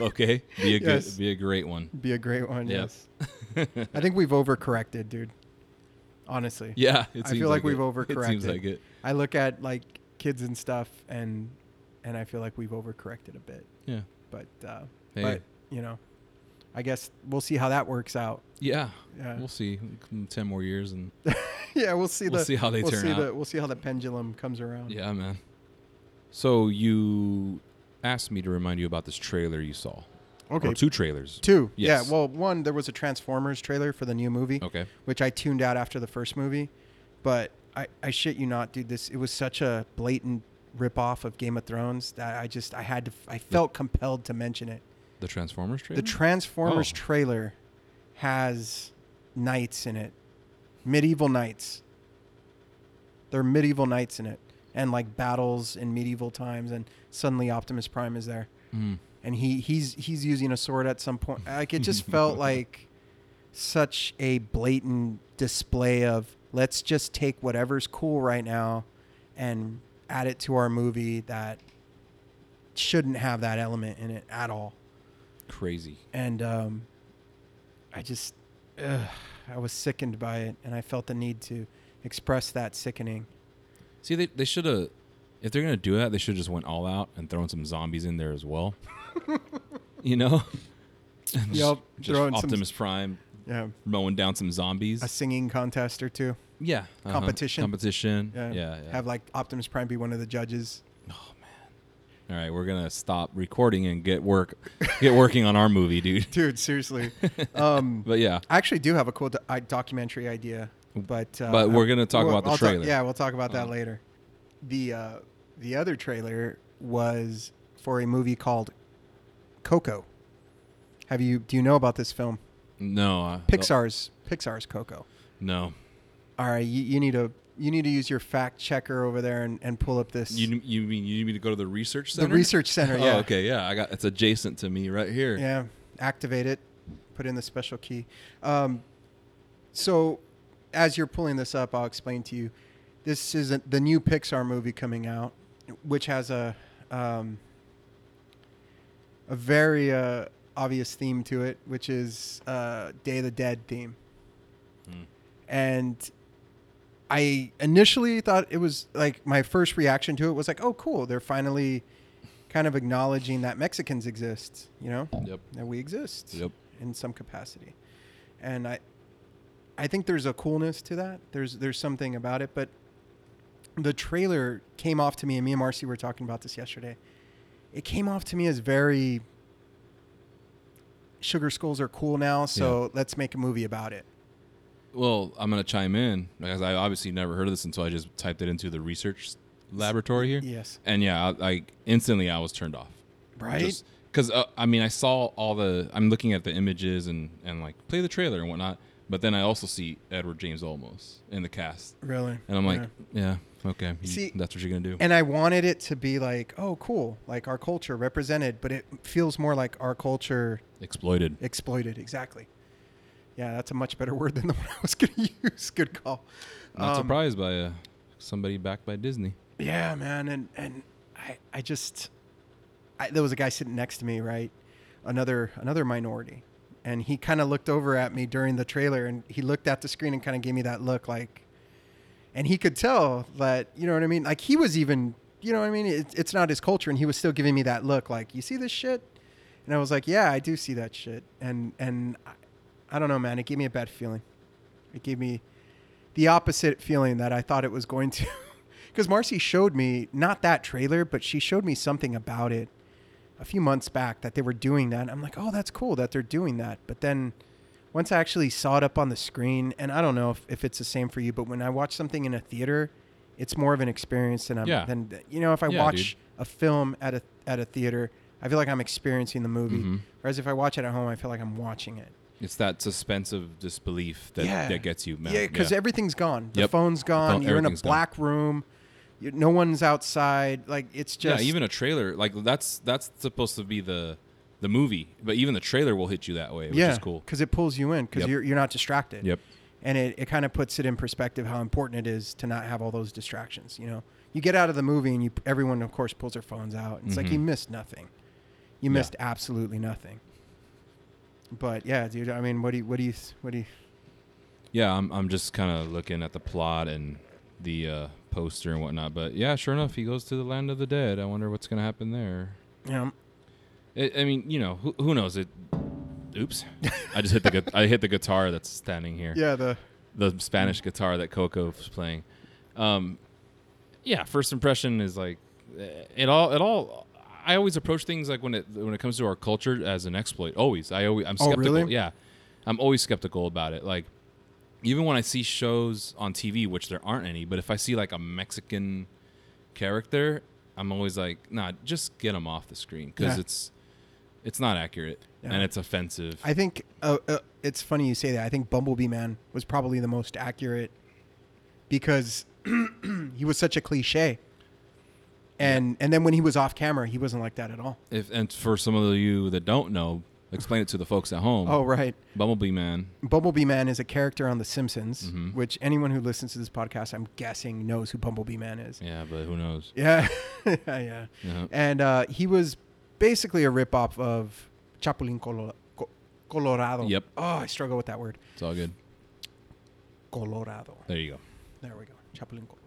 Speaker 1: Okay? Be a good
Speaker 2: Yes.
Speaker 1: be a great one.
Speaker 2: Be a great one.
Speaker 1: Yep. *laughs*
Speaker 2: Yes. I think we've overcorrected, dude. Honestly.
Speaker 1: Yeah, it
Speaker 2: I
Speaker 1: seems
Speaker 2: feel like we've
Speaker 1: it. It seems
Speaker 2: overcorrected.
Speaker 1: like it.
Speaker 2: I look at like kids and stuff and and I feel like we've overcorrected a bit.
Speaker 1: Yeah.
Speaker 2: But uh
Speaker 1: Hey.
Speaker 2: but you know, I guess we'll see how that works out. *laughs*
Speaker 1: yeah.
Speaker 2: Yeah.
Speaker 1: We'll see. In 10 more years and
Speaker 2: yeah, we'll see.
Speaker 1: We'll
Speaker 2: the,
Speaker 1: see how they
Speaker 2: we'll
Speaker 1: turn
Speaker 2: see The,
Speaker 1: out.
Speaker 2: we'll see how the pendulum comes around.
Speaker 1: Yeah, man. So you asked me to remind you about this trailer you saw.
Speaker 2: Okay.
Speaker 1: Or two trailers.
Speaker 2: Two.
Speaker 1: Yes.
Speaker 2: Yeah. Well, one there was a Transformers trailer for the new movie,
Speaker 1: Okay.
Speaker 2: which I tuned out after the first movie, but I, I shit you not, dude. This it was such a blatant ripoff of Game of Thrones that I just I had to I felt compelled to mention it.
Speaker 1: The Transformers trailer?
Speaker 2: The Transformers
Speaker 1: Oh.
Speaker 2: trailer has knights in it, medieval knights. There are medieval knights in it, and like battles in medieval times, and suddenly Optimus Prime is there,
Speaker 1: Mm.
Speaker 2: and he he's he's using a sword at some point. Like it just felt like such a blatant display of let's just take whatever's cool right now, and add it to our movie that shouldn't have that element in it at all
Speaker 1: Crazy.
Speaker 2: and um, I just ugh, I was sickened by it, and I felt the need to express that sickening.
Speaker 1: See, they, they should have. If they're gonna do that, they
Speaker 2: *laughs*
Speaker 1: should have *laughs* just went all out and thrown some zombies in there as well. you know,
Speaker 2: Yep.
Speaker 1: Just
Speaker 2: throwing
Speaker 1: Optimus Prime
Speaker 2: some, yeah,
Speaker 1: mowing down some zombies.
Speaker 2: a singing contest or two.
Speaker 1: yeah. uh-huh.
Speaker 2: competition.
Speaker 1: Competition. Yeah.
Speaker 2: Yeah.
Speaker 1: yeah,
Speaker 2: Have like Optimus Prime be one of the judges. *laughs*
Speaker 1: All right, we're gonna stop recording and get work, get working on our movie,
Speaker 2: *laughs*
Speaker 1: dude. *laughs*
Speaker 2: Dude, seriously. um,
Speaker 1: But yeah,
Speaker 2: I actually do have a cool do- I- documentary idea, but uh,
Speaker 1: But we're
Speaker 2: I-
Speaker 1: gonna talk about the
Speaker 2: I'll
Speaker 1: trailer. Uh-huh.
Speaker 2: yeah, we'll talk about that later. The uh, the other trailer was for a movie called Coco. Have you do you know about this film?
Speaker 1: no. uh,
Speaker 2: Pixar's Pixar's Coco.
Speaker 1: No,
Speaker 2: All right, you, you need to you need to use your fact checker over there and, and pull up this
Speaker 1: you you mean you need me to go to the research
Speaker 2: the
Speaker 1: center?
Speaker 2: research center. Yeah,
Speaker 1: Oh, okay, yeah. I got it's adjacent to me right here.
Speaker 2: Yeah, activate it. Put in the special key. Um, so, as you're pulling this up, I'll explain to you. This is a, the new Pixar movie coming out, which has a um, a very uh, obvious theme to it, which is uh, Day of the Dead theme.
Speaker 1: Mm.
Speaker 2: And I initially thought it was like my first reaction to it was like, oh, cool, they're finally kind of acknowledging that Mexicans exist, you know,
Speaker 1: Yep.
Speaker 2: that we exist
Speaker 1: Yep.
Speaker 2: in some capacity, and I, I think there's a coolness to that. There's there's something about it, but the trailer came off to me, and me and Marcy were talking about this yesterday. It came off to me as very sugar skulls are cool now, so let's make a movie
Speaker 1: *laughs*
Speaker 2: about it.
Speaker 1: Well, I'm gonna chime in because I obviously never heard of this until I just typed it into the research laboratory here.
Speaker 2: Yes,
Speaker 1: And yeah, I, I instantly I was turned off.
Speaker 2: right.
Speaker 1: Because uh, I mean, I saw all the. I'm looking at the images and and like play the trailer and whatnot. But then I also see Edward James Olmos in the cast,
Speaker 2: really.
Speaker 1: and I'm like,
Speaker 2: Yeah.
Speaker 1: yeah, okay, you-
Speaker 2: See-
Speaker 1: that's what you're gonna do.
Speaker 2: And I wanted it to be like, oh, cool, like our culture represented, but it feels more like our culture
Speaker 1: Exploited.
Speaker 2: exploited. Exactly. Yeah, that's a much better *laughs* word than the one I was going to *laughs* use. Good call.
Speaker 1: Not
Speaker 2: Um,
Speaker 1: surprised by uh, somebody backed by Disney.
Speaker 2: Yeah, man, and and I I just I, there was a guy sitting next to me, right? Another another minority, and he kind of looked over at me during the trailer, and he looked at the screen and kind of gave me that look, like, and he could tell that you know what I mean. Like he was even you know what I mean. It, it's not his culture, and he was still giving me that look, like, you see this shit, and I was like, yeah, I do see that shit, and and I, I don't know, man, it gave me a bad feeling. It gave me the opposite feeling that I thought it was going to. *laughs* Because Marcy showed me not that trailer, but she showed me something about it a few months back that they were doing that. I'm like, oh, that's cool that they're doing that. But then once I actually saw it up on the screen, and I don't know if, if it's the same for you, but when I watch something in a theater, it's more of an experience than I'm
Speaker 1: Yeah.
Speaker 2: than you know if I
Speaker 1: Yeah,
Speaker 2: watch a film at a at a theater, I feel like I'm experiencing the movie.
Speaker 1: Mhm.
Speaker 2: Whereas if I watch it at home, I feel like I'm watching it.
Speaker 1: It's that suspense of disbelief that,
Speaker 2: Yeah.
Speaker 1: that gets you, man.
Speaker 2: Yeah, because everything's gone. The
Speaker 1: Yep.
Speaker 2: phone's gone.
Speaker 1: phone-
Speaker 2: You're in a
Speaker 1: everything's gone.
Speaker 2: black room. You, no one's outside. Like it's
Speaker 1: Yeah,
Speaker 2: just
Speaker 1: even a trailer like that's that's supposed to be the the movie, but even the trailer will hit you that way, which
Speaker 2: yeah,
Speaker 1: is cool.
Speaker 2: because it pulls you in because
Speaker 1: Yep.
Speaker 2: you're you're not distracted.
Speaker 1: Yep.
Speaker 2: And it, it kind of puts it in perspective how important it is to not have all those distractions. You know, you get out of the movie and you everyone of course pulls their phones out. And it's like you missed nothing. You
Speaker 1: Mm-hmm. Yeah.
Speaker 2: missed absolutely nothing. But yeah, dude. I mean, what do you what do you what do you?
Speaker 1: Yeah, I'm I'm just kind of looking at the plot and the uh, poster and whatnot, but yeah, sure enough, he goes to the land of the dead. I wonder what's gonna happen there.
Speaker 2: You know,
Speaker 1: I I mean, you know, who, who knows? It. Oops, I just hit the gu- *laughs* I hit the guitar that's standing here.
Speaker 2: yeah. The
Speaker 1: the Spanish guitar that Coco's playing. Um, yeah, first impression is like eh, it all. It all. I always approach things like when it when it comes to our culture as an exploit. Always, I always I'm
Speaker 2: Oh,
Speaker 1: skeptical.
Speaker 2: really?
Speaker 1: Yeah, I'm always skeptical about it. Like even when I see shows on TV, which there aren't any, but if I see like a Mexican character, I'm always like, nah, just get them off the screen because
Speaker 2: Yeah.
Speaker 1: it's it's not accurate
Speaker 2: Yeah.
Speaker 1: and it's offensive.
Speaker 2: I think uh, uh, it's funny you say that. I think Bumblebee Man was probably the most accurate because *clears throat* he was such a cliche. And and then when he was off camera, he wasn't like that at all.
Speaker 1: if and for some of you that don't know, explain it to the folks at home.
Speaker 2: Oh right,
Speaker 1: Bumblebee Man.
Speaker 2: Bumblebee Man is a character on The Simpsons,
Speaker 1: Mhm.
Speaker 2: which anyone who listens to this podcast, I'm guessing, knows who Bumblebee Man is.
Speaker 1: Yeah, but who knows?
Speaker 2: *laughs* Yeah, yeah, yeah.
Speaker 1: Yeah.
Speaker 2: And uh, he was basically a ripoff of Chapulín Colo- Co- Colorado.
Speaker 1: Yep.
Speaker 2: Oh, I struggle with that word,
Speaker 1: It's all good.
Speaker 2: Colorado.
Speaker 1: There you go.
Speaker 2: There we go. Chapulín Colorado.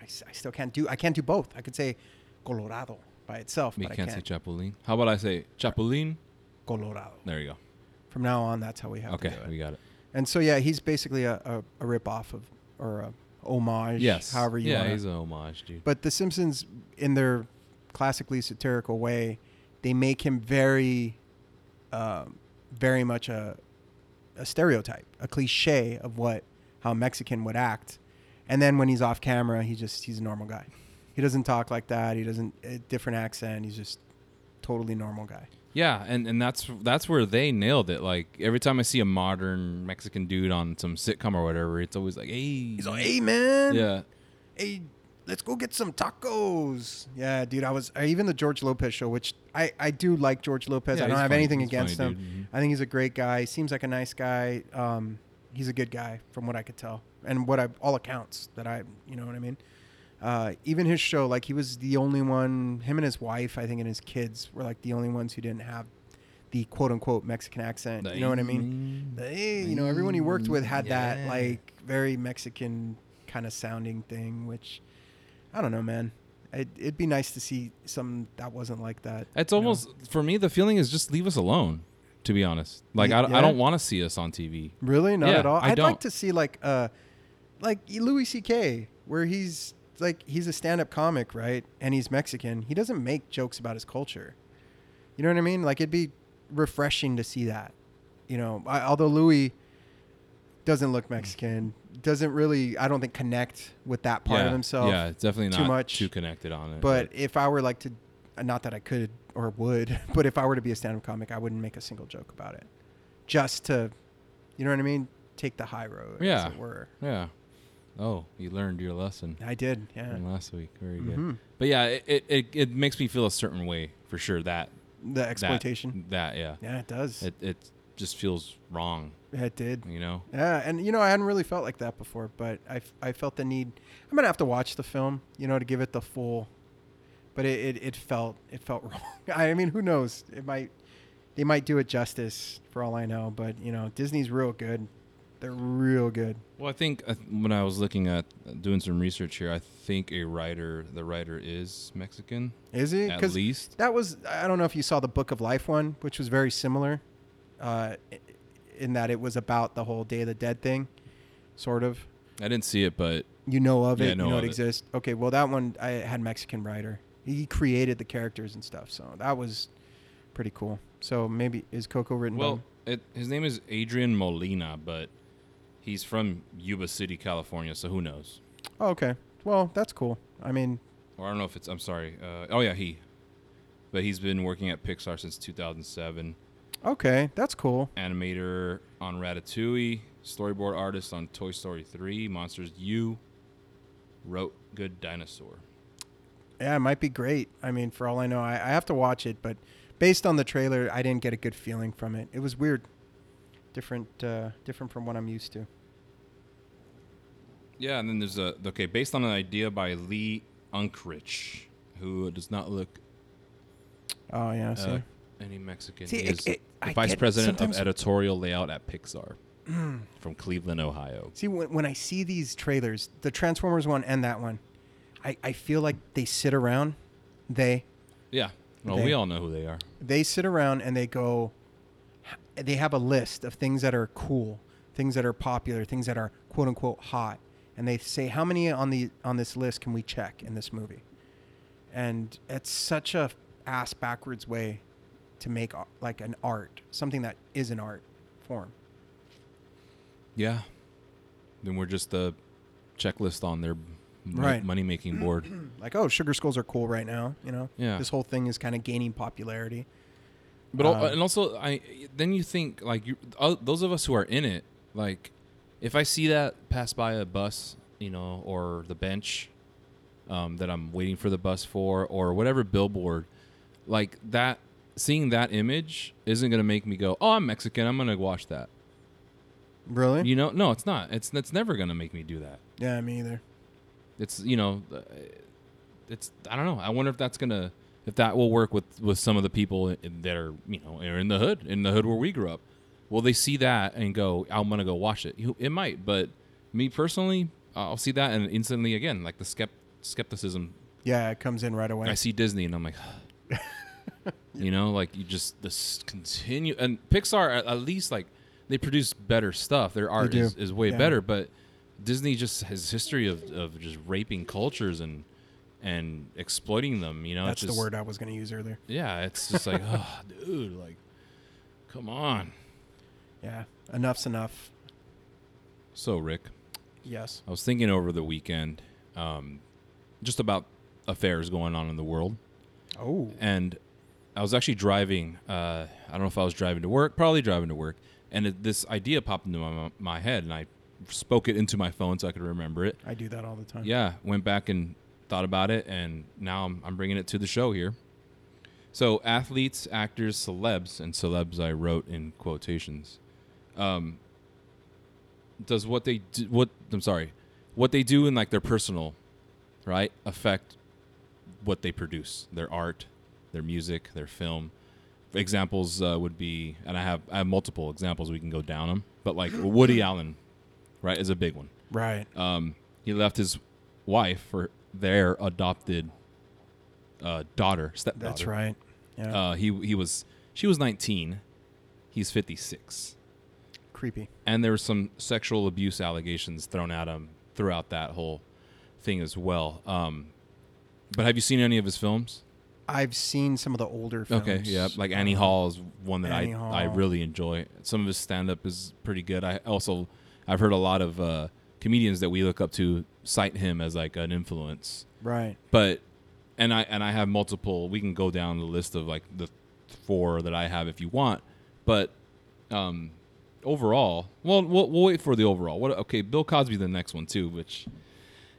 Speaker 2: I, s- I still can't do. I can't do both. I could say Colorado by itself,
Speaker 1: We
Speaker 2: but
Speaker 1: can't
Speaker 2: I
Speaker 1: say
Speaker 2: can't.
Speaker 1: Chapulín. How about I say Chapulín?
Speaker 2: Colorado.
Speaker 1: There you go.
Speaker 2: From now on, that's how we have
Speaker 1: Okay,
Speaker 2: to do it.
Speaker 1: we got it.
Speaker 2: And so yeah, he's basically a, a, a rip off of or a homage.
Speaker 1: Yes.
Speaker 2: However you
Speaker 1: yeah,
Speaker 2: want.
Speaker 1: he's a homage, dude.
Speaker 2: but the Simpsons, in their classically satirical way, they make him very, um, very much a, a stereotype, a cliche of what how a Mexican would act. And then when he's off camera, he just he's a normal guy. He doesn't talk like that. He doesn't a different accent. He's just totally normal guy.
Speaker 1: Yeah, and, and that's that's where they nailed it. Like every time I see a modern Mexican dude on some sitcom or whatever, it's always like, hey,
Speaker 2: He's like, hey man,
Speaker 1: yeah,
Speaker 2: hey, let's go get some tacos. Yeah, dude, I was I, even the George Lopez show, which I I do like George Lopez.
Speaker 1: Yeah,
Speaker 2: I don't
Speaker 1: he's
Speaker 2: have
Speaker 1: funny.
Speaker 2: anything
Speaker 1: He's
Speaker 2: against
Speaker 1: funny,
Speaker 2: him.
Speaker 1: dude. Mm-hmm.
Speaker 2: I think he's a great guy. He seems like a nice guy. Um, he's a good guy from what I could tell, and what I all accounts that I you know what I mean. Uh, even his show, like he was the only one. Him and his wife, I think, and his kids were like the only ones who didn't have the quote unquote Mexican accent. You know what I mean? The, "Hey," you know, everyone he worked with had
Speaker 1: Yeah.
Speaker 2: that like very Mexican kind of sounding thing, which I don't know, man. It, it'd be nice to see something that wasn't like that.
Speaker 1: It's
Speaker 2: you know?
Speaker 1: almost for me. The feeling is just leave us alone. To be honest, like I,
Speaker 2: Yeah.
Speaker 1: I don't want to see us on TV.
Speaker 2: really not
Speaker 1: Yeah,
Speaker 2: at all.
Speaker 1: I
Speaker 2: I'd
Speaker 1: don't.
Speaker 2: like to see like uh, like Louis C.K. where he's like he's a stand-up comic, right? And he's Mexican. He doesn't make jokes about his culture. You know what I mean? Like it'd be refreshing to see that. You know, I, although Louis doesn't
Speaker 1: Mm.
Speaker 2: look Mexican, doesn't really, I don't think, connect with that part
Speaker 1: yeah.
Speaker 2: of himself.
Speaker 1: Yeah, it's definitely not
Speaker 2: too much.
Speaker 1: too connected on it.
Speaker 2: But if I were like to, uh, not that I could or would, *laughs* but if I were to be a stand-up comic, I wouldn't make a single joke about it, just to, you know what I mean, take the high road.
Speaker 1: Yeah.
Speaker 2: as it were.
Speaker 1: yeah. Oh, you learned your lesson
Speaker 2: I did. Yeah.
Speaker 1: from last week. Very good.
Speaker 2: Mhm.
Speaker 1: But yeah, it, it, it, it makes me feel a certain way for sure. That
Speaker 2: The
Speaker 1: that-
Speaker 2: exploitation.
Speaker 1: That, yeah.
Speaker 2: yeah, it does. It,
Speaker 1: It it just feels wrong.
Speaker 2: did.
Speaker 1: You know.
Speaker 2: Yeah, and you know I hadn't really felt like that before, but I, f- I felt the need. I'm gonna have to watch the film, you know, to give it the full. But it, it, it felt it felt *laughs* wrong. I mean, who knows? It might they might do it justice for all I know, but you know Disney's real good. They're real good.
Speaker 1: Well, I think uh, when I was looking at doing some research here, I think a writer, the writer is Mexican
Speaker 2: Is he?
Speaker 1: at least.
Speaker 2: that was I don't know if you saw the Book of Life one, which was very similar, uh, i- in that it was about the whole Day of the Dead thing, sort of.
Speaker 1: I didn't see it, but
Speaker 2: You know of
Speaker 1: Yeah,
Speaker 2: it.
Speaker 1: I know
Speaker 2: you know
Speaker 1: of
Speaker 2: it
Speaker 1: it.
Speaker 2: exists. Okay, well that one I had Mexican writer. He created the characters and stuff, so that was pretty cool. So maybe is Coco written? by
Speaker 1: well,
Speaker 2: him?
Speaker 1: it, his name is Adrian Molina, but he's from Yuba City, California, so who knows?
Speaker 2: oh, okay. Well, that's cool. I mean,
Speaker 1: Or I don't know if it's. I'm sorry. Uh, oh yeah, he. But he's been working at Pixar since 2007.
Speaker 2: okay, that's cool.
Speaker 1: Animator on Ratatouille, storyboard artist on Toy Story 3, Monsters U. Wrote Good Dinosaur.
Speaker 2: Yeah, it might be great. I mean, for all I know, I, I have to watch it, but based on the trailer, I didn't get a good feeling from it. It was weird, different, uh, different from what I'm used to.
Speaker 1: Yeah, and then there's a okay based on an idea by Lee Unkrich, who does not look
Speaker 2: Oh yeah, see,
Speaker 1: uh, any Mexican.
Speaker 2: See,
Speaker 1: he
Speaker 2: it-
Speaker 1: is
Speaker 2: it-
Speaker 1: the
Speaker 2: I
Speaker 1: vice
Speaker 2: get-
Speaker 1: president of
Speaker 2: sometimes-
Speaker 1: editorial layout at Pixar from Cleveland, Ohio.
Speaker 2: see when, when I see these trailers, the Transformers one and that one, I, I feel like they sit around, they
Speaker 1: Yeah, well,
Speaker 2: They-
Speaker 1: we all know who they are.
Speaker 2: they sit around and they go, they have a list of things that are cool, things that are popular, things that are quote unquote hot, and they say how many on the on this list can we check in this movie, and it's such a ass backwards way to make a- like an art, something that is an art form.
Speaker 1: Yeah, then we're just the checklist on their
Speaker 2: Right.
Speaker 1: money making board.
Speaker 2: like oh sugar skulls are cool right now you know
Speaker 1: Yeah.
Speaker 2: this whole thing is kind of gaining popularity
Speaker 1: But al-
Speaker 2: Um,
Speaker 1: and also, I then you think like you, uh, those of us who are in it, like if I see that pass by a bus, you know, or the bench um, that I'm waiting for the bus for, or whatever billboard, like that, seeing that image isn't gonna make me go, "Oh, I'm Mexican. I'm gonna watch that."
Speaker 2: really
Speaker 1: You know, no, it's not. It's it's never gonna make me do that.
Speaker 2: yeah me either
Speaker 1: It's you know, uh, it's I don't know. I wonder if that's gonna if that will work with with some of the people i- that are you know are in the hood in the hood where we grew up. Will they see that and go, I'm gonna go watch it? You- It might, but me personally, I'll see that and instantly again like the skept skepticism.
Speaker 2: yeah it comes in right away *laughs*
Speaker 1: I see Disney and I'm like, You know, like you just this continue and Pixar at, at least like they produce better stuff. Their art
Speaker 2: do.
Speaker 1: is, is way
Speaker 2: Yeah.
Speaker 1: better, but Disney just has history of, of just raping cultures and and exploiting them. You know,
Speaker 2: That's
Speaker 1: it's just,
Speaker 2: the word I was going to use earlier.
Speaker 1: Yeah, it's just
Speaker 2: *laughs*
Speaker 1: like, oh, dude, like, come on.
Speaker 2: Yeah, enough's enough.
Speaker 1: So Rick,
Speaker 2: Yes.
Speaker 1: I was thinking over the weekend, um, just about affairs going on in the world.
Speaker 2: Oh,
Speaker 1: and I was actually driving. Uh, I don't know if I was driving to work, probably driving to work, and it, this idea popped into my, my head, and I spoke it into my phone so I could remember it.
Speaker 2: I do that all the time.
Speaker 1: Yeah, went back and thought about it, and now I'm, I'm bringing it to the show here. So, athletes, actors, celebs, and celebs I wrote in quotations. Um, does what they do, what I'm sorry, what they do in like their personal, right, affect what they produce, their art, their music, their film. Examples uh, would be, and I have I have multiple examples. We can go down them, but like Woody Allen, right, is a big one
Speaker 2: Right.
Speaker 1: um, he left his wife for their adopted uh, daughter, stepdaughter.
Speaker 2: That's right. Yeah.
Speaker 1: Uh, he he was she was 19, he's 56,
Speaker 2: Creepy.
Speaker 1: and there were some sexual abuse allegations thrown at him throughout that whole thing as well. Um, but have you seen any of his films?
Speaker 2: I've seen some of the older films.
Speaker 1: Okay, yeah, like Annie Hall is one that
Speaker 2: Annie
Speaker 1: I I
Speaker 2: Hall.
Speaker 1: really enjoy. Some of his stand up is pretty good. I also I've heard a lot of uh, comedians that we look up to cite him as like an influence.
Speaker 2: Right.
Speaker 1: but and I and I have multiple. We can go down the list of like the four that I have if you want, but um, overall, well, we'll we'll wait for the overall. What okay? Bill Cosby the next one too, which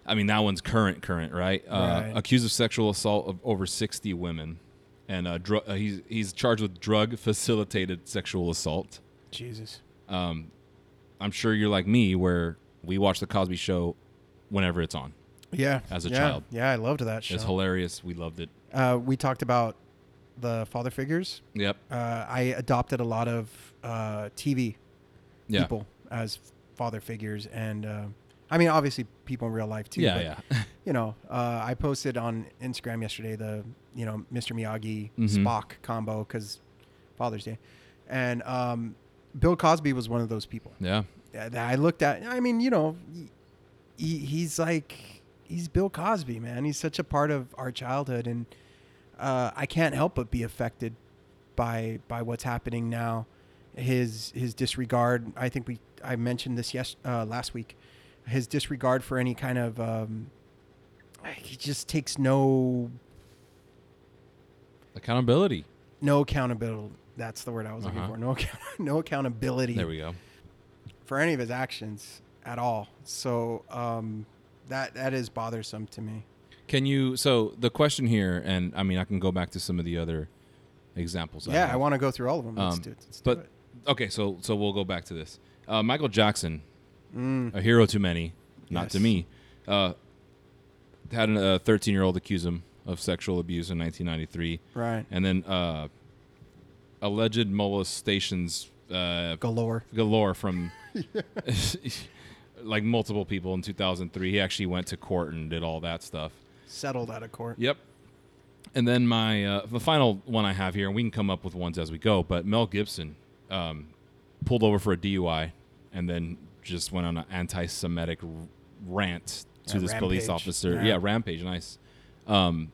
Speaker 1: I mean that one's current, current, right? Uh,
Speaker 2: Right.
Speaker 1: Accused of sexual assault of over sixty women, and uh, dru- uh, he's he's charged with drug facilitated sexual assault.
Speaker 2: Jesus.
Speaker 1: I'm sure you're like me, where we watch the Cosby Show whenever it's on.
Speaker 2: Yeah.
Speaker 1: As a
Speaker 2: yeah.
Speaker 1: child.
Speaker 2: Yeah, I loved that
Speaker 1: It's
Speaker 2: show.
Speaker 1: hilarious. We loved it.
Speaker 2: Uh, we talked about the father figures.
Speaker 1: Yep.
Speaker 2: Uh, I adopted a lot of uh, TV
Speaker 1: Yeah.
Speaker 2: people as father figures, and uh, I mean, obviously, people in real life too. but,
Speaker 1: yeah. Yeah. *laughs*
Speaker 2: You know, uh, I posted on Instagram yesterday the you know Mr. Miyagi
Speaker 1: Mhm.
Speaker 2: Spock combo because Father's Day, and um, Bill Cosby was one of those people.
Speaker 1: yeah.
Speaker 2: that I looked at. I mean, you know, he, he's like he's Bill Cosby, man. He's such a part of our childhood, and uh, I can't help but be affected by by what's happening now. His his disregard. I think we I mentioned this yes uh, last week. His disregard for any kind of um, he just takes no
Speaker 1: Accountability.
Speaker 2: no accountability. That's the word I was
Speaker 1: Uh-huh.
Speaker 2: looking for. No account, *laughs* no accountability.
Speaker 1: There we go.
Speaker 2: for any of his actions at all. So um, that that is bothersome to me.
Speaker 1: Can you? So the question here, and I mean, I can go back to some of the other examples.
Speaker 2: yeah, I
Speaker 1: have.
Speaker 2: want to go through all of them. Let's
Speaker 1: Um,
Speaker 2: do it. Let's do
Speaker 1: But
Speaker 2: it.
Speaker 1: okay, so so we'll go back to this. Uh, Michael Jackson,
Speaker 2: Mm,
Speaker 1: a hero to many, not to
Speaker 2: Yes.
Speaker 1: me, uh, had an- a 13-year-old accuse him of sexual abuse in 1993,
Speaker 2: right,
Speaker 1: and then uh, alleged molestations uh,
Speaker 2: galore.
Speaker 1: galore from *laughs* like multiple people in 2003. He actually went to court and did all that stuff.
Speaker 2: Settled out of court.
Speaker 1: Yep. And then my uh, the final one I have here, and we can come up with ones as we go. But Mel Gibson um, pulled over for a DUI, and then just went on an anti-Semitic r- rant to
Speaker 2: Yeah,
Speaker 1: this police
Speaker 2: rampage.
Speaker 1: officer.
Speaker 2: Yeah.
Speaker 1: Yeah. rampage. Nice. Um,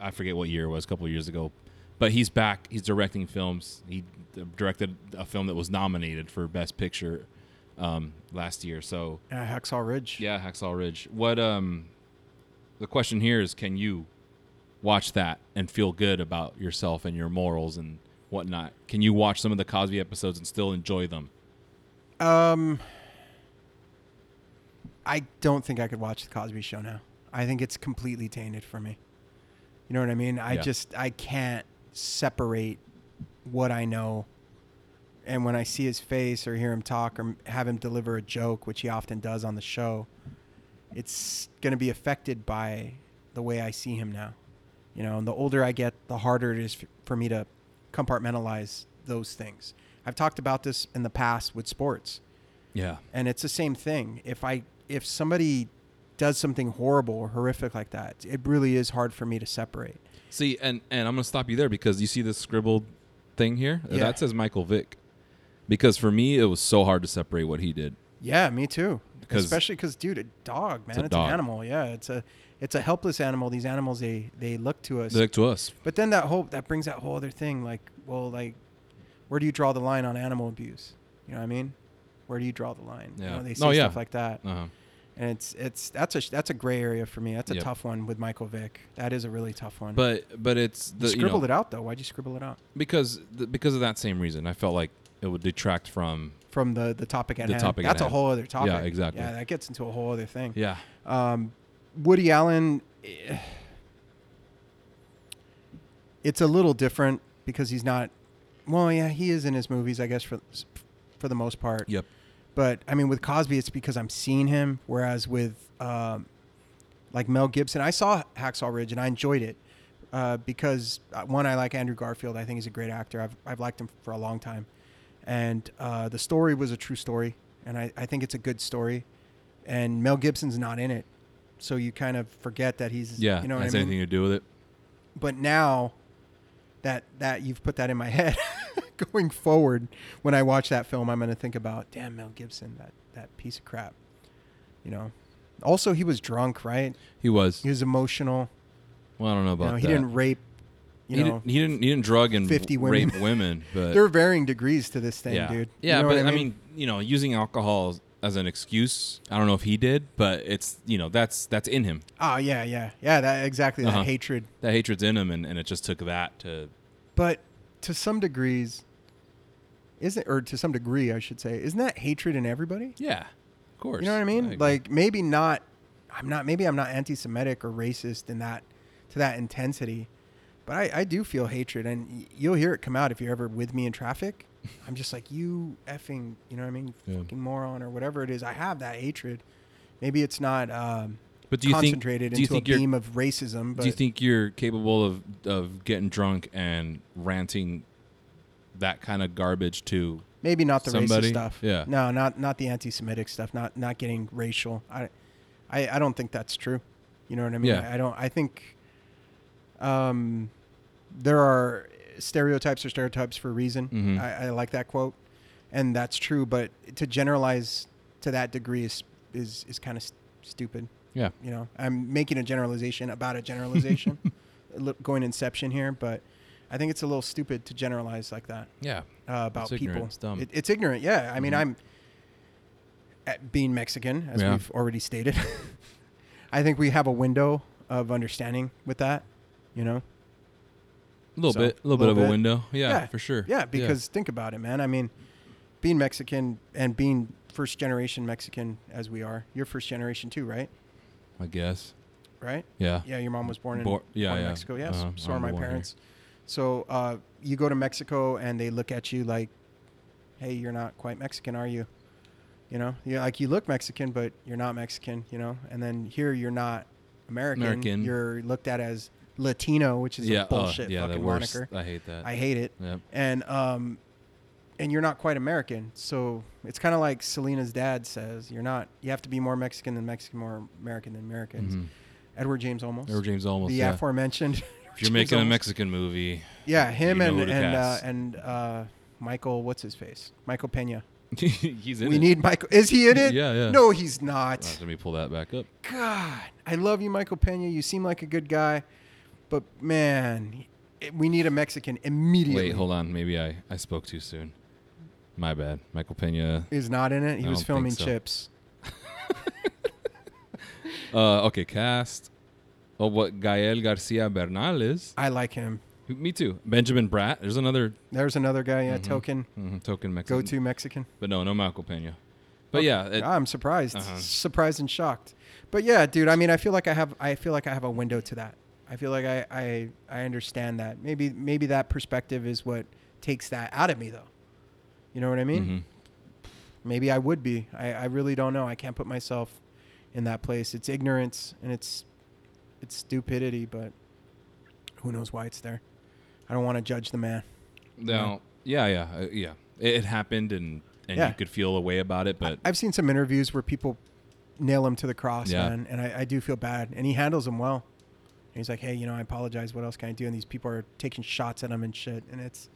Speaker 1: I forget what year it was, a couple of years ago, but he's back. He's directing films. He d- directed a film that was nominated for Best Picture um, last year. So
Speaker 2: Uh, Hacksaw Ridge.
Speaker 1: yeah, Hacksaw Ridge. What um the question here is can you watch that and feel good about yourself and your morals and whatnot? Can you watch some of the Cosby episodes and still enjoy them?
Speaker 2: Um, I don't think I could watch the Cosby Show now. I think it's completely tainted for me. You know what I mean? I
Speaker 1: Yeah.
Speaker 2: just I can't separate what I know and when I see his face or hear him talk or have him deliver a joke, which he often does on the show. It's going to be affected by the way I see him now. You know, and the older I get, the harder it is f- for me to compartmentalize those things. I've talked about this in the past with sports
Speaker 1: Yeah.
Speaker 2: and it's the same thing if i if somebody does something horrible or horrific like that it really is hard for me to separate
Speaker 1: See, and and I'm gonna stop you there because you see this scribbled thing here
Speaker 2: Yeah.
Speaker 1: that says Michael Vick, because for me it was so hard to separate what he did.
Speaker 2: Yeah, me too.
Speaker 1: 'Cause-
Speaker 2: Especially because, dude, a dog, man,
Speaker 1: a
Speaker 2: it's,
Speaker 1: dog.
Speaker 2: an animal. Yeah, it's a it's a helpless animal. These animals, they they look to us.
Speaker 1: They look to us.
Speaker 2: but then that whole that brings that whole other thing. Like, well, like, where do you draw the line on animal abuse? You know what I mean? Where do you draw the line? You
Speaker 1: Yeah.
Speaker 2: know, they say
Speaker 1: No, yeah.
Speaker 2: stuff like that,
Speaker 1: Uh-huh.
Speaker 2: and it's it's that's a sh- that's a gray area for me. That's a
Speaker 1: Yep.
Speaker 2: tough one with Michael Vick. That is a really tough one.
Speaker 1: But but it's
Speaker 2: you
Speaker 1: the you
Speaker 2: scribbled
Speaker 1: know,
Speaker 2: it out though. Why'd you scribble it out?
Speaker 1: because th- because of that same reason. I felt like it would detract from
Speaker 2: From the the topic at
Speaker 1: The
Speaker 2: hand.
Speaker 1: topic at
Speaker 2: that's a
Speaker 1: hand.
Speaker 2: whole other topic.
Speaker 1: exactly.
Speaker 2: Yeah, that gets into a whole other thing.
Speaker 1: yeah.
Speaker 2: um, Woody Allen, eh, it's a little different because he's not. Well, yeah, he is in his movies, I guess for for the most part.
Speaker 1: Yep.
Speaker 2: But I mean, with Cosby, it's because I'm seeing him. Whereas with um, like Mel Gibson, I saw Hacksaw Ridge and I enjoyed it uh, because uh, one, I like Andrew Garfield. I think he's a great actor. I've I've liked him for a long time, and uh, the story was a true story, and I, I think it's a good story. And Mel Gibson's not in it, so you kind of forget that he's
Speaker 1: Yeah.
Speaker 2: You know what I
Speaker 1: has
Speaker 2: mean?
Speaker 1: anything to do with it?
Speaker 2: but now that that you've put that in my *laughs* head going forward when i watch that film i'm going to think about damn mel gibson that that piece of crap you know also he was drunk right
Speaker 1: He was.
Speaker 2: he was emotional
Speaker 1: Well, I don't know about
Speaker 2: you know, he
Speaker 1: that.
Speaker 2: didn't rape you
Speaker 1: he,
Speaker 2: know
Speaker 1: didn't, he didn't. He didn't drug and
Speaker 2: 50 women.
Speaker 1: rape
Speaker 2: *laughs*
Speaker 1: women. But
Speaker 2: there are varying degrees to this thing
Speaker 1: yeah,
Speaker 2: dude You
Speaker 1: yeah.
Speaker 2: know
Speaker 1: but
Speaker 2: what
Speaker 1: I mean? you know, using alcohol as an excuse. I don't know if he did, but it's you know that's that's in him.
Speaker 2: oh yeah yeah yeah that exactly
Speaker 1: Uh-huh.
Speaker 2: that hatred
Speaker 1: That hatred's in him, and, and it just took that to.
Speaker 2: but to some degrees isn't or to some degree i should say isn't that hatred in everybody
Speaker 1: Yeah, of course.
Speaker 2: You know what I mean?
Speaker 1: agree.
Speaker 2: like maybe not. I'm not. Maybe I'm not anti-Semitic or racist in that to that intensity, but I, I do feel hatred, and y- you'll hear it come out if you're ever with me in
Speaker 1: *laughs*
Speaker 2: traffic. I'm just like you effing. You know what I mean? You
Speaker 1: Yeah.
Speaker 2: Fucking moron or whatever it is. I have that hatred. Maybe it's not um,
Speaker 1: but do you think? Do
Speaker 2: concentrated
Speaker 1: you
Speaker 2: into
Speaker 1: think
Speaker 2: a
Speaker 1: you're?
Speaker 2: beam of racism. But
Speaker 1: Do you think you're capable of of getting drunk and ranting that kind of garbage to?
Speaker 2: maybe not the
Speaker 1: somebody?
Speaker 2: racist stuff.
Speaker 1: Yeah.
Speaker 2: No, not not the anti-Semitic stuff. Not not getting racial. I, I, I don't think that's true. You know what I mean?
Speaker 1: Yeah.
Speaker 2: I, I don't. I think, um, there are stereotypes or stereotypes for a reason.
Speaker 1: Mhm.
Speaker 2: I, I like that quote, and that's true. But to generalize to that degree is is is kind of st- stupid.
Speaker 1: Yeah.
Speaker 2: You know, I'm making a generalization about
Speaker 1: *laughs*
Speaker 2: a generalization, a li- going inception here, but I think it's a little stupid to generalize like that
Speaker 1: Yeah.
Speaker 2: uh, about
Speaker 1: It's ignorant.
Speaker 2: people.
Speaker 1: It's dumb.
Speaker 2: It- it's ignorant. Yeah, I mean,
Speaker 1: Mhm.
Speaker 2: I'm uh, being Mexican, as
Speaker 1: Yeah.
Speaker 2: we've already stated. *laughs* I think we have a window of understanding with that. You know,
Speaker 1: A little
Speaker 2: So,
Speaker 1: bit. A little, bit
Speaker 2: little
Speaker 1: of a
Speaker 2: bit.
Speaker 1: window. Yeah,
Speaker 2: Yeah.
Speaker 1: for sure.
Speaker 2: yeah, because think about it, man. I mean, being Mexican and being first generation Mexican as we are, you're first generation too, right?
Speaker 1: I guess.
Speaker 2: Right?
Speaker 1: Yeah.
Speaker 2: Yeah, your mom was born in,
Speaker 1: Bor- yeah,
Speaker 2: born in
Speaker 1: yeah.
Speaker 2: Mexico. Yes,
Speaker 1: Uh-huh.
Speaker 2: so are
Speaker 1: I'm
Speaker 2: my
Speaker 1: born here.
Speaker 2: parents. So uh, you go to Mexico and they look at you like, "Hey, you're not quite Mexican, are you?" You know, you like you look Mexican, but you're not Mexican. You know, and then here you're not American.
Speaker 1: American.
Speaker 2: You're looked at as Latino, which is
Speaker 1: yeah.
Speaker 2: a
Speaker 1: oh,
Speaker 2: bullshit
Speaker 1: yeah. The
Speaker 2: fucking
Speaker 1: worst.
Speaker 2: moniker.
Speaker 1: I hate that.
Speaker 2: I hate it.
Speaker 1: Yep.
Speaker 2: And um, and you're not quite American, so it's kind of like Selena's dad says, "You're not. You have to be more Mexican than Mexican, more American than Americans."
Speaker 1: Mhm.
Speaker 2: Edward James almost
Speaker 1: Or James almost.
Speaker 2: the
Speaker 1: yeah.
Speaker 2: aforementioned. *laughs*
Speaker 1: If you're making a
Speaker 2: Almost.
Speaker 1: Mexican movie, *laughs*
Speaker 2: yeah, him
Speaker 1: you know
Speaker 2: and
Speaker 1: who to
Speaker 2: and uh,
Speaker 1: cast.
Speaker 2: and uh, Michael, what's his face? Michael Pena.
Speaker 1: he's in
Speaker 2: we
Speaker 1: it.
Speaker 2: need Michael. Is he in it?
Speaker 1: Yeah, yeah.
Speaker 2: No, he's not.
Speaker 1: Let me pull that back up.
Speaker 2: God, I love you, Michael Pena. You seem like a good guy, but man, it- we need a Mexican immediately.
Speaker 1: Wait, hold on. Maybe I, I spoke too soon. My bad. Michael Pena.
Speaker 2: Is not in it. He
Speaker 1: I
Speaker 2: was
Speaker 1: don't think
Speaker 2: filming
Speaker 1: so.
Speaker 2: Chips.
Speaker 1: Uh, okay, cast. Oh, what Gael Garcia Bernal is.
Speaker 2: I like him.
Speaker 1: Me too. Benjamin Bratt. There's another
Speaker 2: There's another guy. Yeah, token
Speaker 1: mhm, token Mexican.
Speaker 2: go-to Mexican. Ah,
Speaker 1: But no, no Michael Pena.
Speaker 2: Oh,
Speaker 1: But yeah, it,
Speaker 2: I'm surprised,
Speaker 1: Uh-huh.
Speaker 2: surprised and shocked. But yeah, dude, I mean, I feel like I have, I feel like I have a window to that. I feel like I, I, I understand that. Maybe, maybe that perspective is what takes that out of me, though. You know what I mean?
Speaker 1: mhm.
Speaker 2: Maybe I would be. I, I really don't know. I can't put myself in that place. It's ignorance and it's, it's stupidity. But who knows why it's there? I don't want to judge the man.
Speaker 1: Now, yeah, yeah, uh, yeah. It, it happened, and and
Speaker 2: Yeah.
Speaker 1: you could feel a way about it, but
Speaker 2: I've seen some interviews where people nail him to the cross,
Speaker 1: Yeah.
Speaker 2: man, and I, I do feel bad. And he handles them well. he's like, hey, you know, I apologize. What else can I do? And these people are taking shots at him and shit. And it's,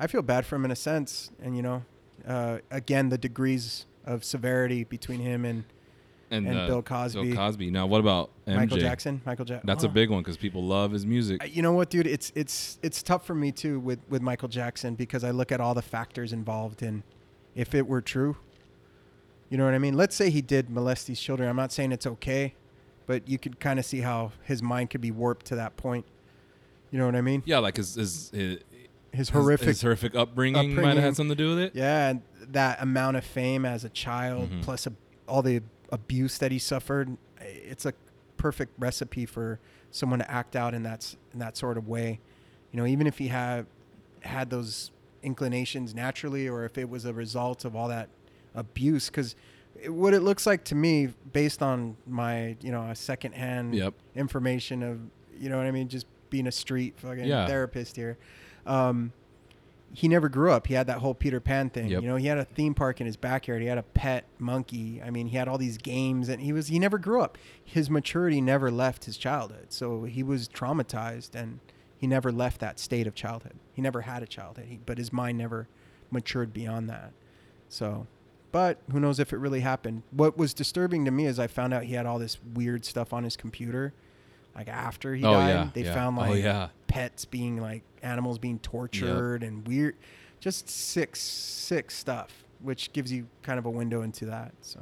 Speaker 2: I feel bad for him in a sense. And you know, uh, again, the degrees of severity between him and and Bill Cosby.
Speaker 1: uh, Bill Cosby. Now, what about MJ?
Speaker 2: Michael Jackson. Uh-huh. Michael oh. Jackson.
Speaker 1: That's a big one because people love his music.
Speaker 2: You know what, dude? It's it's it's tough for me too with with Michael Jackson because I look at all the factors involved and if it were true. You know what I mean? Let's say he did molest these children. I'm not saying it's okay, but you could kind of see how his mind could be warped to that point. You know what I mean?
Speaker 1: yeah, like his his, his,
Speaker 2: His
Speaker 1: his-
Speaker 2: horrific
Speaker 1: his horrific upbringing, might have
Speaker 2: upbringing.
Speaker 1: had something to do with it. Mm-hmm.
Speaker 2: Yeah, and that amount of fame as a child, plus a, all the abuse that he suffered, it's a perfect recipe for someone to act out in that s- in that sort of way. You know, even if he had had those inclinations naturally, or if it was a result of all that abuse, because what it looks like to me, based on my you know secondhand
Speaker 1: Yep.
Speaker 2: information of you know what I mean, just being a street fucking
Speaker 1: Yeah.
Speaker 2: therapist here. Um, he never grew up. He had that whole Peter Pan thing.
Speaker 1: Yep.
Speaker 2: You know, he had a theme park in his backyard. He had a pet monkey. I mean, he had all these games, and he was he never grew up. His maturity never left his childhood, so he was traumatized, and he never left that state of childhood. He never had a childhood, he, but his mind never matured beyond that. So, but who knows if it really happened? What was disturbing to me is I found out he had all this weird stuff on his computer. Like after he
Speaker 1: Oh,
Speaker 2: died,
Speaker 1: yeah,
Speaker 2: they
Speaker 1: yeah.
Speaker 2: found
Speaker 1: Oh,
Speaker 2: like
Speaker 1: yeah.
Speaker 2: pets being like animals being tortured and weird just sick sick stuff which gives you kind of a window into that so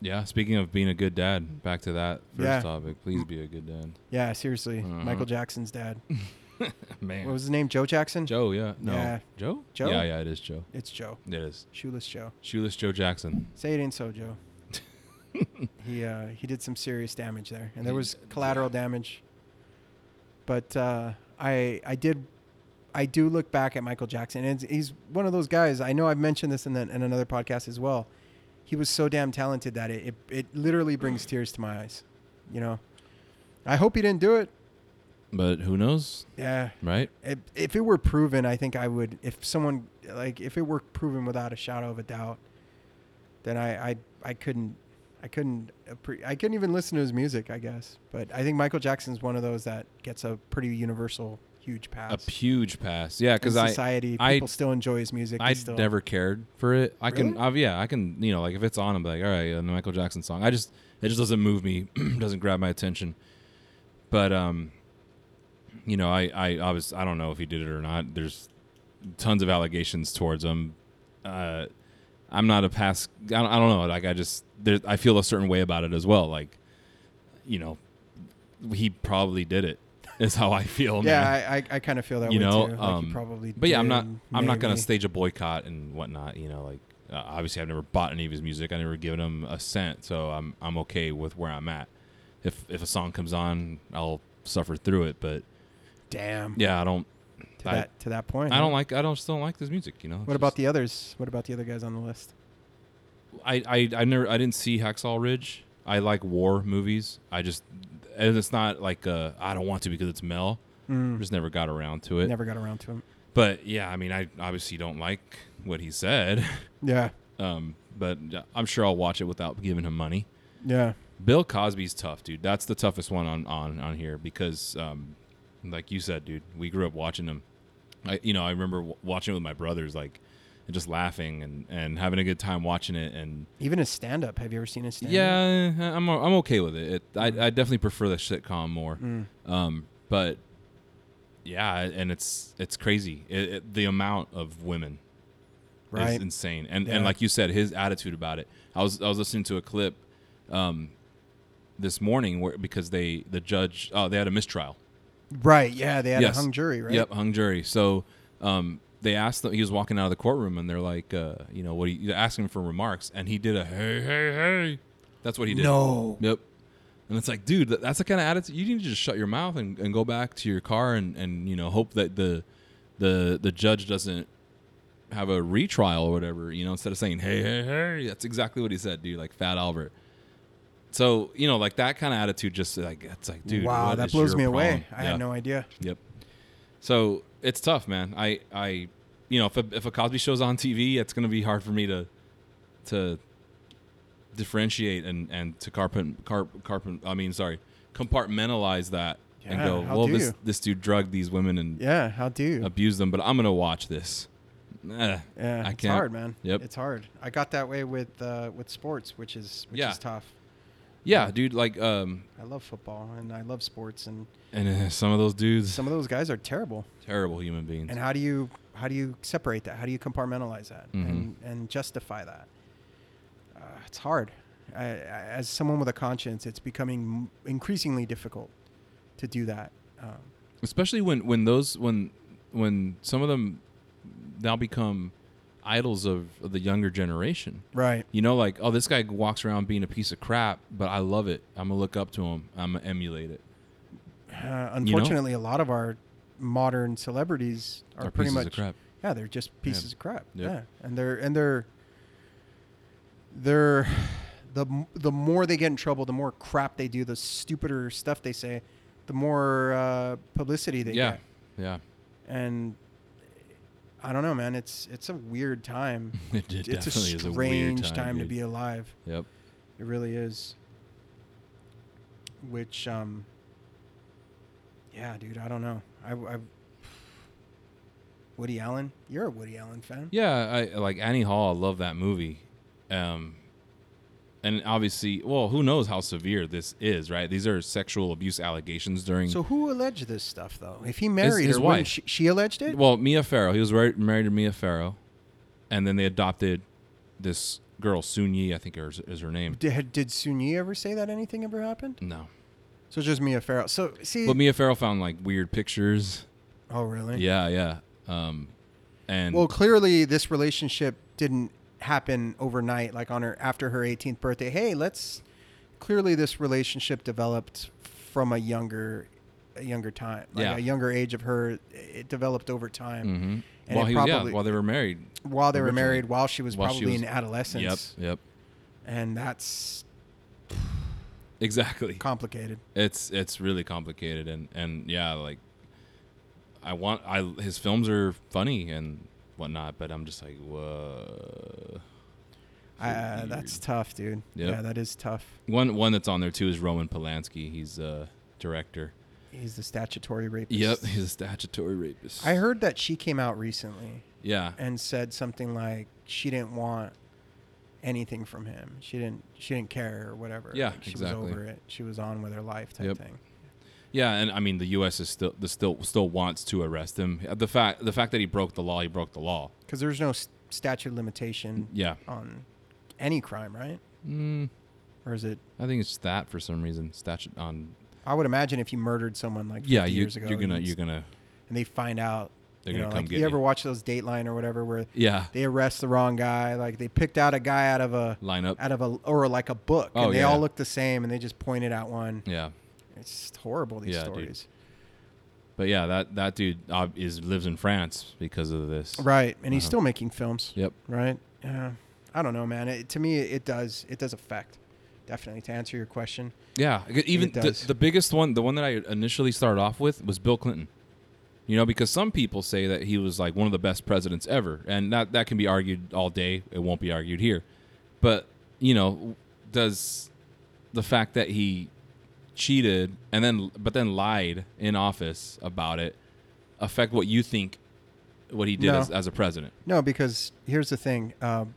Speaker 1: Yeah. Speaking of being a good dad, back to that first
Speaker 2: Yeah.
Speaker 1: topic. Please be a good dad.
Speaker 2: yeah seriously
Speaker 1: Mhm.
Speaker 2: michael jackson's dad
Speaker 1: Man.
Speaker 2: what was his name joe jackson
Speaker 1: Joe? Yeah. No.
Speaker 2: Yeah.
Speaker 1: Joe.
Speaker 2: Joe?
Speaker 1: Yeah, yeah. It is Joe.
Speaker 2: it's joe
Speaker 1: It is.
Speaker 2: shoeless joe
Speaker 1: Shoeless Joe
Speaker 2: *laughs*
Speaker 1: Jackson.
Speaker 2: say it ain't so joe he uh he did some serious damage there and there was collateral damage but uh i i did I do look back at Michael Jackson, and it's- he's one of those guys. I know I've mentioned this in, the, in another podcast as well. He was so damn talented that it, it it literally brings tears to my eyes. You know, I hope he didn't do it.
Speaker 1: But who knows,
Speaker 2: Yeah,
Speaker 1: right?
Speaker 2: if, if it were proven, I think I would. If someone like if it were proven without a shadow of a doubt, then I I, I couldn't I couldn't appre- I couldn't even listen to his music. I guess, but I think Michael Jackson's one of those that gets a pretty universal huge pass.
Speaker 1: A huge pass. Yeah,
Speaker 2: in
Speaker 1: because I
Speaker 2: society,
Speaker 1: I-
Speaker 2: people still enjoy his music.
Speaker 1: I
Speaker 2: He's still,
Speaker 1: never cared for it. I can,
Speaker 2: Really?
Speaker 1: I've, yeah, I can, you know, like if it's on, I'm like, all right, yeah, the Michael Jackson song. I just, it just doesn't move me, *clears throat* doesn't grab my attention. But, um, you know, I, I, I was, I don't know if he did it or not. There's tons of allegations towards him. Uh, I'm not a past, I don't, I don't know. Like, I just, there, I feel a certain way about it as well. Like, you know, he probably did it. *laughs* Is how I feel. man
Speaker 2: yeah, I I, I kind of feel that
Speaker 1: you
Speaker 2: way
Speaker 1: know
Speaker 2: too. like
Speaker 1: um,
Speaker 2: he probably.
Speaker 1: but yeah i'm
Speaker 2: did,
Speaker 1: not i'm not gonna
Speaker 2: maybe.
Speaker 1: stage a boycott and whatnot you know like uh, obviously i've never bought any of his music i never given him a cent so i'm i'm okay with where i'm at if if a song comes on i'll suffer through it but
Speaker 2: Damn.
Speaker 1: yeah i don't
Speaker 2: To
Speaker 1: I-
Speaker 2: that to that point.
Speaker 1: i
Speaker 2: huh?
Speaker 1: don't like i don't still don't like this music you know
Speaker 2: What about the others? What about the other guys on the list?
Speaker 1: I, I i never i didn't see hacksaw ridge i like war movies i just and it's not like uh i don't want to because it's mel
Speaker 2: Mm,
Speaker 1: just never got around to it
Speaker 2: never got around to him.
Speaker 1: but yeah i mean i obviously don't like what he said *laughs*
Speaker 2: Yeah.
Speaker 1: Um, but I'm sure I'll watch it without giving him money.
Speaker 2: Yeah.
Speaker 1: Bill Cosby's tough, dude. That's the toughest one on on on here because, um, like you said, dude, we grew up watching him. I you know I remember w- watching it with my brothers, like, and just laughing and and having a good time watching it. And
Speaker 2: Even his stand up. Have you ever seen his stand up?
Speaker 1: yeah, I'm I'm okay with it. it I I definitely prefer the sitcom more.
Speaker 2: Mm.
Speaker 1: Um, but yeah, and it's it's crazy. It, it, the amount of women
Speaker 2: Right.
Speaker 1: is insane. And
Speaker 2: Yeah.
Speaker 1: and like you said, his attitude about it. I was I was listening to a clip um, this morning where because they the judge oh they had a mistrial.
Speaker 2: Right. Yeah. They had
Speaker 1: Yes.
Speaker 2: a hung jury, right?
Speaker 1: Yep, hung jury. So um, they asked him. He was walking out of the courtroom, and they're like, uh, you know, what? do You asking for remarks, and he did a hey hey hey. That's what he did.
Speaker 2: No.
Speaker 1: Yep. And it's like, dude, that, that's the kind of attitude. You need to just shut your mouth and, and go back to your car and, and you know hope that the the the judge doesn't have a retrial or whatever. You know, instead of saying hey hey hey, that's exactly what he said, dude, like Fat Albert. So you know, like that kind of attitude, just like it's like, dude,
Speaker 2: wow,
Speaker 1: what
Speaker 2: that
Speaker 1: is
Speaker 2: blows
Speaker 1: your
Speaker 2: me away.
Speaker 1: problem?
Speaker 2: I
Speaker 1: Yeah.
Speaker 2: had no idea.
Speaker 1: Yep. So it's tough, man. I, I, you know, if a, if a Cosby show's on TV, it's gonna be hard for me to, to, differentiate and and to carpent carp carpent. I mean, sorry, compartmentalize that and
Speaker 2: Yeah,
Speaker 1: go.
Speaker 2: how
Speaker 1: Well,
Speaker 2: do
Speaker 1: this
Speaker 2: you?"
Speaker 1: this dude drugged these women and
Speaker 2: Yeah, how do you?
Speaker 1: abused them, but I'm gonna watch this. Eh,
Speaker 2: Yeah,
Speaker 1: I
Speaker 2: it's
Speaker 1: can't.
Speaker 2: hard, man.
Speaker 1: Yep.
Speaker 2: it's hard. I got that way with uh, with sports, which is which
Speaker 1: Yeah.
Speaker 2: is tough.
Speaker 1: yeah, dude. Like, um,
Speaker 2: I love football and I love sports, and
Speaker 1: and uh, some of those dudes,
Speaker 2: some of those guys are terrible.
Speaker 1: terrible human beings.
Speaker 2: And how do you how do you separate that? How do you compartmentalize that
Speaker 1: Mhm.
Speaker 2: and and justify that? Uh, it's hard. I, I, as someone with a conscience, it's becoming m- increasingly difficult to do that. Um,
Speaker 1: especially when when those when when some of them now become idols of, of the younger generation
Speaker 2: right.
Speaker 1: you know like oh this guy walks around being a piece of crap but i love it i'm gonna look up to him i'm gonna emulate it
Speaker 2: Uh, unfortunately, a lot of our modern celebrities are
Speaker 1: They're
Speaker 2: pretty
Speaker 1: pieces
Speaker 2: much
Speaker 1: of crap.
Speaker 2: yeah, they're just pieces of crap.
Speaker 1: Yep.
Speaker 2: Yeah, and they're and they're they're the m- the more they get in trouble, the more crap they do, the stupider stuff they say, the more uh, publicity they
Speaker 1: yeah
Speaker 2: get.
Speaker 1: yeah *laughs*
Speaker 2: And I don't know, man. It's it's a weird time.
Speaker 1: it, *laughs* it
Speaker 2: it's
Speaker 1: definitely
Speaker 2: a strange
Speaker 1: is a weird time,
Speaker 2: to
Speaker 1: dude.
Speaker 2: be alive.
Speaker 1: yep
Speaker 2: It really is. Which, um, yeah, dude, I don't know. I, I, Woody Allen, you're a Woody Allen fan.
Speaker 1: yeah i like annie hall i love that movie um and obviously well who knows how severe this is right these are sexual abuse allegations during
Speaker 2: So who alleged this stuff though? If he married
Speaker 1: his
Speaker 2: her, wouldn't
Speaker 1: wife.
Speaker 2: She, she alleged it.
Speaker 1: Well, Mia Farrow. He was right, married to Mia Farrow, and then they adopted this girl, Soon Yi, I think is, is her name.
Speaker 2: did, did Sun Yi ever say that anything ever happened?
Speaker 1: No,
Speaker 2: So it's just Mia Farrow. So see,
Speaker 1: but Mia Farrow found like weird pictures.
Speaker 2: oh really?
Speaker 1: Yeah, yeah. Um, and
Speaker 2: Well, clearly this relationship didn't happen overnight, like on her after her 18th birthday. Hey, let's. Clearly, this relationship developed from a younger, a younger time, like
Speaker 1: Yeah.
Speaker 2: a younger age of her. It developed over time,
Speaker 1: hmm
Speaker 2: and
Speaker 1: while
Speaker 2: it
Speaker 1: he was, yeah,
Speaker 2: probably
Speaker 1: while they were married.
Speaker 2: while they were
Speaker 1: originally.
Speaker 2: married, while she was
Speaker 1: While she
Speaker 2: probably
Speaker 1: was-
Speaker 2: in adolescence,
Speaker 1: Yep, yep.
Speaker 2: and that's
Speaker 1: Exactly.
Speaker 2: complicated.
Speaker 1: It's it's really complicated, and and yeah, like I want I his films are funny and whatnot, but I'm just like whoa.
Speaker 2: Uh, that's tough, dude.
Speaker 1: Yep.
Speaker 2: Yeah, that is tough.
Speaker 1: One one that's on there too is Roman Polanski. He's a director.
Speaker 2: He's the statutory rapist.
Speaker 1: Yep, he's a statutory rapist.
Speaker 2: I heard that she came out recently.
Speaker 1: Yeah,
Speaker 2: and said something like she didn't want anything from him. She didn't she didn't care or whatever.
Speaker 1: Yeah,
Speaker 2: Like, she
Speaker 1: exactly.
Speaker 2: was over it. She was on with her life type
Speaker 1: Yep.
Speaker 2: thing.
Speaker 1: yeah, and I mean the U.S. is still the still still wants to arrest him. Uh, The fact the fact that he broke the law, he broke the law.
Speaker 2: Because there's no s- statute of limitation
Speaker 1: Yeah,
Speaker 2: on any crime, right?
Speaker 1: mm,
Speaker 2: Or is it?
Speaker 1: I think it's that for some reason statute on.
Speaker 2: I would imagine if you murdered someone like 50
Speaker 1: Yeah, you,
Speaker 2: years ago,
Speaker 1: you're gonna
Speaker 2: and,
Speaker 1: you're gonna
Speaker 2: and they find out.
Speaker 1: They're
Speaker 2: you
Speaker 1: gonna
Speaker 2: know,
Speaker 1: come
Speaker 2: like
Speaker 1: get
Speaker 2: you ever
Speaker 1: you.
Speaker 2: watch those Dateline or whatever where
Speaker 1: yeah
Speaker 2: they arrest the wrong guy? Like they picked out a guy out of a
Speaker 1: line up.
Speaker 2: out of a or like a book,
Speaker 1: Oh,
Speaker 2: and they
Speaker 1: yeah.
Speaker 2: all look the same, and they just pointed out one.
Speaker 1: Yeah,
Speaker 2: It's just horrible these
Speaker 1: Yeah, dude.
Speaker 2: stories.
Speaker 1: but yeah, that that dude uh, is lives in France because of this.
Speaker 2: Right, and he's
Speaker 1: Uh-huh.
Speaker 2: still making films.
Speaker 1: Yep.
Speaker 2: Right. Yeah. I don't know, man. It, to me, it does. It does affect. Definitely. To answer your question,
Speaker 1: Yeah, e- even the,
Speaker 2: does.
Speaker 1: the biggest one, the one that I initially started off with was Bill Clinton. You know, because some people say that he was like one of the best presidents ever, and that that can be argued all day. It won't be argued here, but you know, does the fact that he cheated and then but then lied in office about it affect what you think what he did
Speaker 2: No.
Speaker 1: as, as a president?
Speaker 2: no, because here's the thing. Um,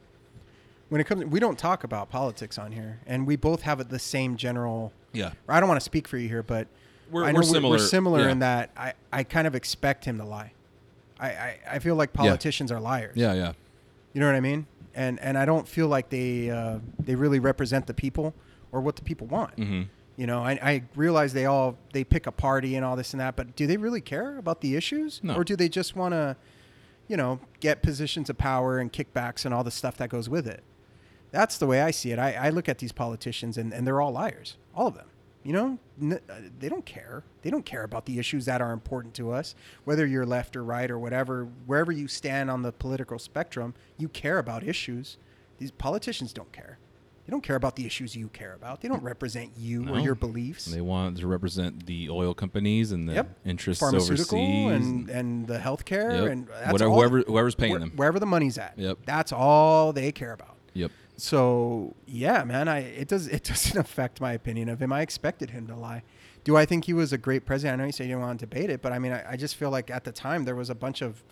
Speaker 2: when it comes, we don't talk about politics on here, and we both have the same general.
Speaker 1: Yeah,
Speaker 2: I don't want to speak for you here, but
Speaker 1: We're-
Speaker 2: I know
Speaker 1: we're similar,
Speaker 2: similar
Speaker 1: yeah.
Speaker 2: in that I, I kind of expect him to lie. I, I, I feel like politicians are liars.
Speaker 1: yeah, yeah,
Speaker 2: You know what I mean? And and I don't feel like they uh, they really represent the people or what the people want. You know, I, I realize they all they pick a party and all this and that, but do they really care about the issues,
Speaker 1: No.
Speaker 2: or do they just want to, you know, get positions of power and kickbacks and all the stuff that goes with it? That's the way I see it. I, I look at these politicians and, and they're all liars, all of them. You know, N- uh, they don't care. They don't care about the issues that are important to us, whether you're left or right or whatever, wherever you stand on the political spectrum, you care about issues. These politicians don't care. They don't care about the issues you care about. They don't represent you
Speaker 1: No.
Speaker 2: or your beliefs.
Speaker 1: They wanted to represent the oil companies and the
Speaker 2: Yep.
Speaker 1: interests overseas.
Speaker 2: Pharmaceutical and, and the healthcare
Speaker 1: Yep.
Speaker 2: and that's
Speaker 1: Whatever-
Speaker 2: all-
Speaker 1: whoever- whoever's paying
Speaker 2: where-
Speaker 1: them.
Speaker 2: Wherever the money's at.
Speaker 1: Yep.
Speaker 2: That's all they care about.
Speaker 1: yep.
Speaker 2: so yeah, man, I it does it *laughs* doesn't affect my opinion of him. I expected him to lie. Do I think he was a great president? I know you say you don't want to debate it, but I mean, I, I just feel like at the time there was a bunch of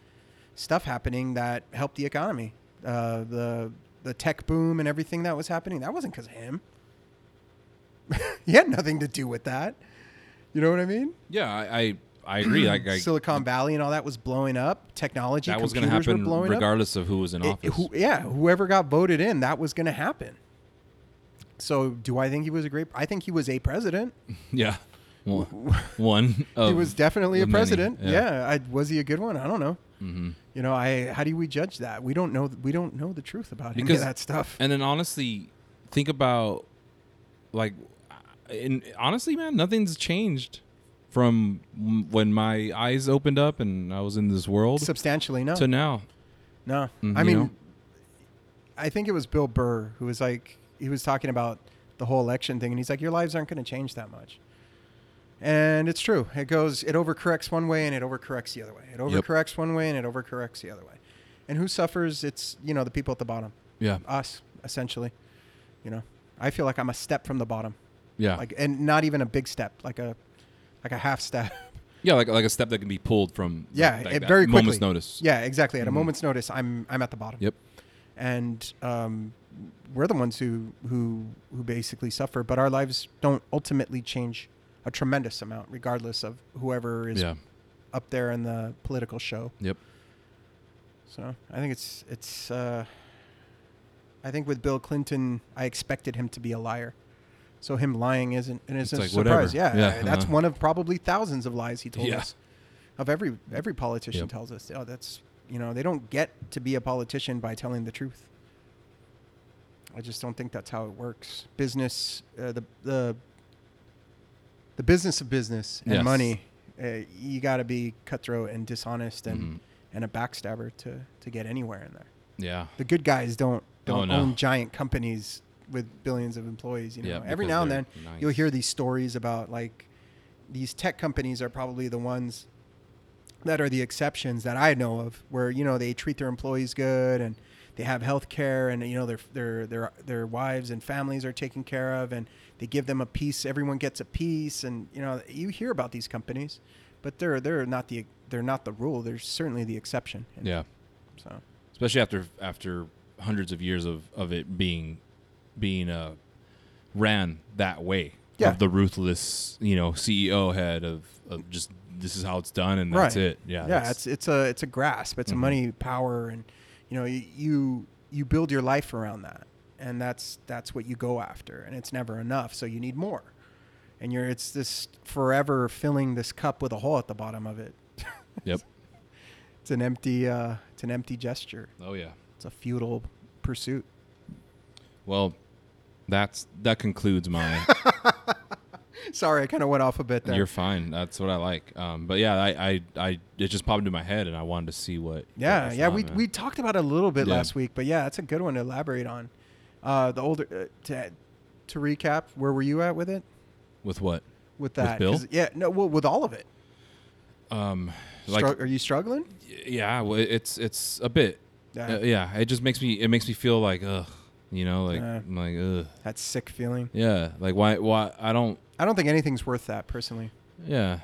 Speaker 2: stuff happening that helped the economy, uh, the the tech boom and everything that was happening. That wasn't because of him. *laughs* he had nothing to do with that. You know what I mean?
Speaker 1: Yeah, I I, I
Speaker 2: *clears throat*
Speaker 1: agree. like I,
Speaker 2: Silicon Valley and all that was blowing up. Technology
Speaker 1: that was going to
Speaker 2: computers
Speaker 1: happen
Speaker 2: were blowing up.
Speaker 1: regardless of who was in
Speaker 2: It-
Speaker 1: office.
Speaker 2: who- yeah, whoever got voted in, that was going to happen. So, do I think he was a great? I think he was a president.
Speaker 1: *laughs* yeah, one,
Speaker 2: *laughs*
Speaker 1: one of
Speaker 2: he was definitely
Speaker 1: the
Speaker 2: a
Speaker 1: many,
Speaker 2: president.
Speaker 1: yeah. Mm-hmm.
Speaker 2: yeah. I, was he a good one? I don't know. You know, I how do we judge that? We don't know. We don't know the truth about any
Speaker 1: Because-
Speaker 2: of that stuff.
Speaker 1: And then honestly, think about like, and honestly, man, nothing's changed from m- when my eyes opened up and I was in this world
Speaker 2: Substantially, no,
Speaker 1: to now.
Speaker 2: no.
Speaker 1: Mm,
Speaker 2: I
Speaker 1: you
Speaker 2: mean,
Speaker 1: know?
Speaker 2: I think it was Bill Burr who was like he was talking about the whole election thing, and he's like, "Your lives aren't going to change that much." And it's true. It goes, it overcorrects one way and it overcorrects the other way. It overcorrects one way and it overcorrects the other way. And who suffers? It's, you know, the people at the bottom.
Speaker 1: Yeah,
Speaker 2: Us, essentially. You know, I feel like I'm a step from the bottom.
Speaker 1: yeah,
Speaker 2: Like, and not even a big step, like a, like a half step. *laughs*
Speaker 1: yeah, like like a step that can be pulled from
Speaker 2: yeah.
Speaker 1: like
Speaker 2: it-
Speaker 1: that
Speaker 2: very quickly.
Speaker 1: moment's notice.
Speaker 2: Yeah, exactly. At
Speaker 1: Mhm.
Speaker 2: a moment's notice, I'm, I'm at the bottom
Speaker 1: Yep.
Speaker 2: and um, we're the ones who who who basically suffer. But our lives don't ultimately change a tremendous amount, regardless of whoever is
Speaker 1: Yeah.
Speaker 2: up there in the political show.
Speaker 1: Yep.
Speaker 2: So I think it's it's. Uh, I think with Bill Clinton, I expected him to be a liar. So him lying isn't and it's,
Speaker 1: It's
Speaker 2: a
Speaker 1: like,
Speaker 2: surprise.
Speaker 1: whatever.
Speaker 2: Yeah,
Speaker 1: Yeah,
Speaker 2: that's
Speaker 1: uh-huh.
Speaker 2: one of probably thousands of lies he told
Speaker 1: Yeah.
Speaker 2: us. Of every every politician
Speaker 1: Yep.
Speaker 2: tells us, oh, that's you know they don't get to be a politician by telling the truth. I just don't think that's how it works. Business, uh, the the the business of business and
Speaker 1: Yes.
Speaker 2: money, uh, you got to be cutthroat and dishonest and
Speaker 1: Mhm.
Speaker 2: and a backstabber to to get anywhere in there.
Speaker 1: Yeah.
Speaker 2: The good guys don't don't
Speaker 1: Oh, no.
Speaker 2: own giant companies with billions of employees. You know,
Speaker 1: Yeah,
Speaker 2: every
Speaker 1: because
Speaker 2: now and
Speaker 1: they're
Speaker 2: then you'll
Speaker 1: nice.
Speaker 2: hear these stories about like these tech companies are probably the ones that are the exceptions that I know of, where you know they treat their employees good and they have health care and you know their their their their wives and families are taken care of and they give them a piece. Everyone gets a piece, and you know you hear about these companies, but they're they're not the they're not the rule. They're certainly the exception. And
Speaker 1: Yeah.
Speaker 2: So
Speaker 1: especially after after hundreds of years of, of it being being uh, ran that way
Speaker 2: Yeah.
Speaker 1: of the ruthless you know CEO head of, of just this is how it's done and that's
Speaker 2: Right.
Speaker 1: it yeah
Speaker 2: yeah,
Speaker 1: that's-
Speaker 2: it's it's a it's a grasp. It's
Speaker 1: Mhm.
Speaker 2: a money power, and you know you, you you build your life around that, and that's that's what you go after, and it's never enough, so you need more, and you're it's this forever filling this cup with a hole at the bottom of it. *laughs*
Speaker 1: yep
Speaker 2: It's an empty uh, it's an empty gesture.
Speaker 1: oh yeah
Speaker 2: It's a futile pursuit.
Speaker 1: well that's that concludes my
Speaker 2: Sorry, I kind of went off a bit *laughs* there.
Speaker 1: you're fine that's what I like um, but yeah I, I I it just popped into my head and I wanted to see what
Speaker 2: Yeah,
Speaker 1: what I
Speaker 2: yeah,
Speaker 1: thought,
Speaker 2: we,
Speaker 1: man.
Speaker 2: we talked about it a little bit
Speaker 1: Yeah.
Speaker 2: last week, but yeah, that's a good one to elaborate on. Uh, the older uh, to to recap, where were you at with it?
Speaker 1: with what
Speaker 2: With that,
Speaker 1: Bill?
Speaker 2: 'Cause- yeah, no, well, with all of it.
Speaker 1: um like
Speaker 2: Strug- are you struggling?
Speaker 1: yeah well, it's it's a bit
Speaker 2: Yeah,
Speaker 1: Uh, yeah, it just makes me. It makes me feel like ugh, you know, like
Speaker 2: Yeah.
Speaker 1: I'm like ugh,
Speaker 2: that's sick feeling.
Speaker 1: yeah, like why why I don't
Speaker 2: I don't think anything's worth that personally.
Speaker 1: yeah,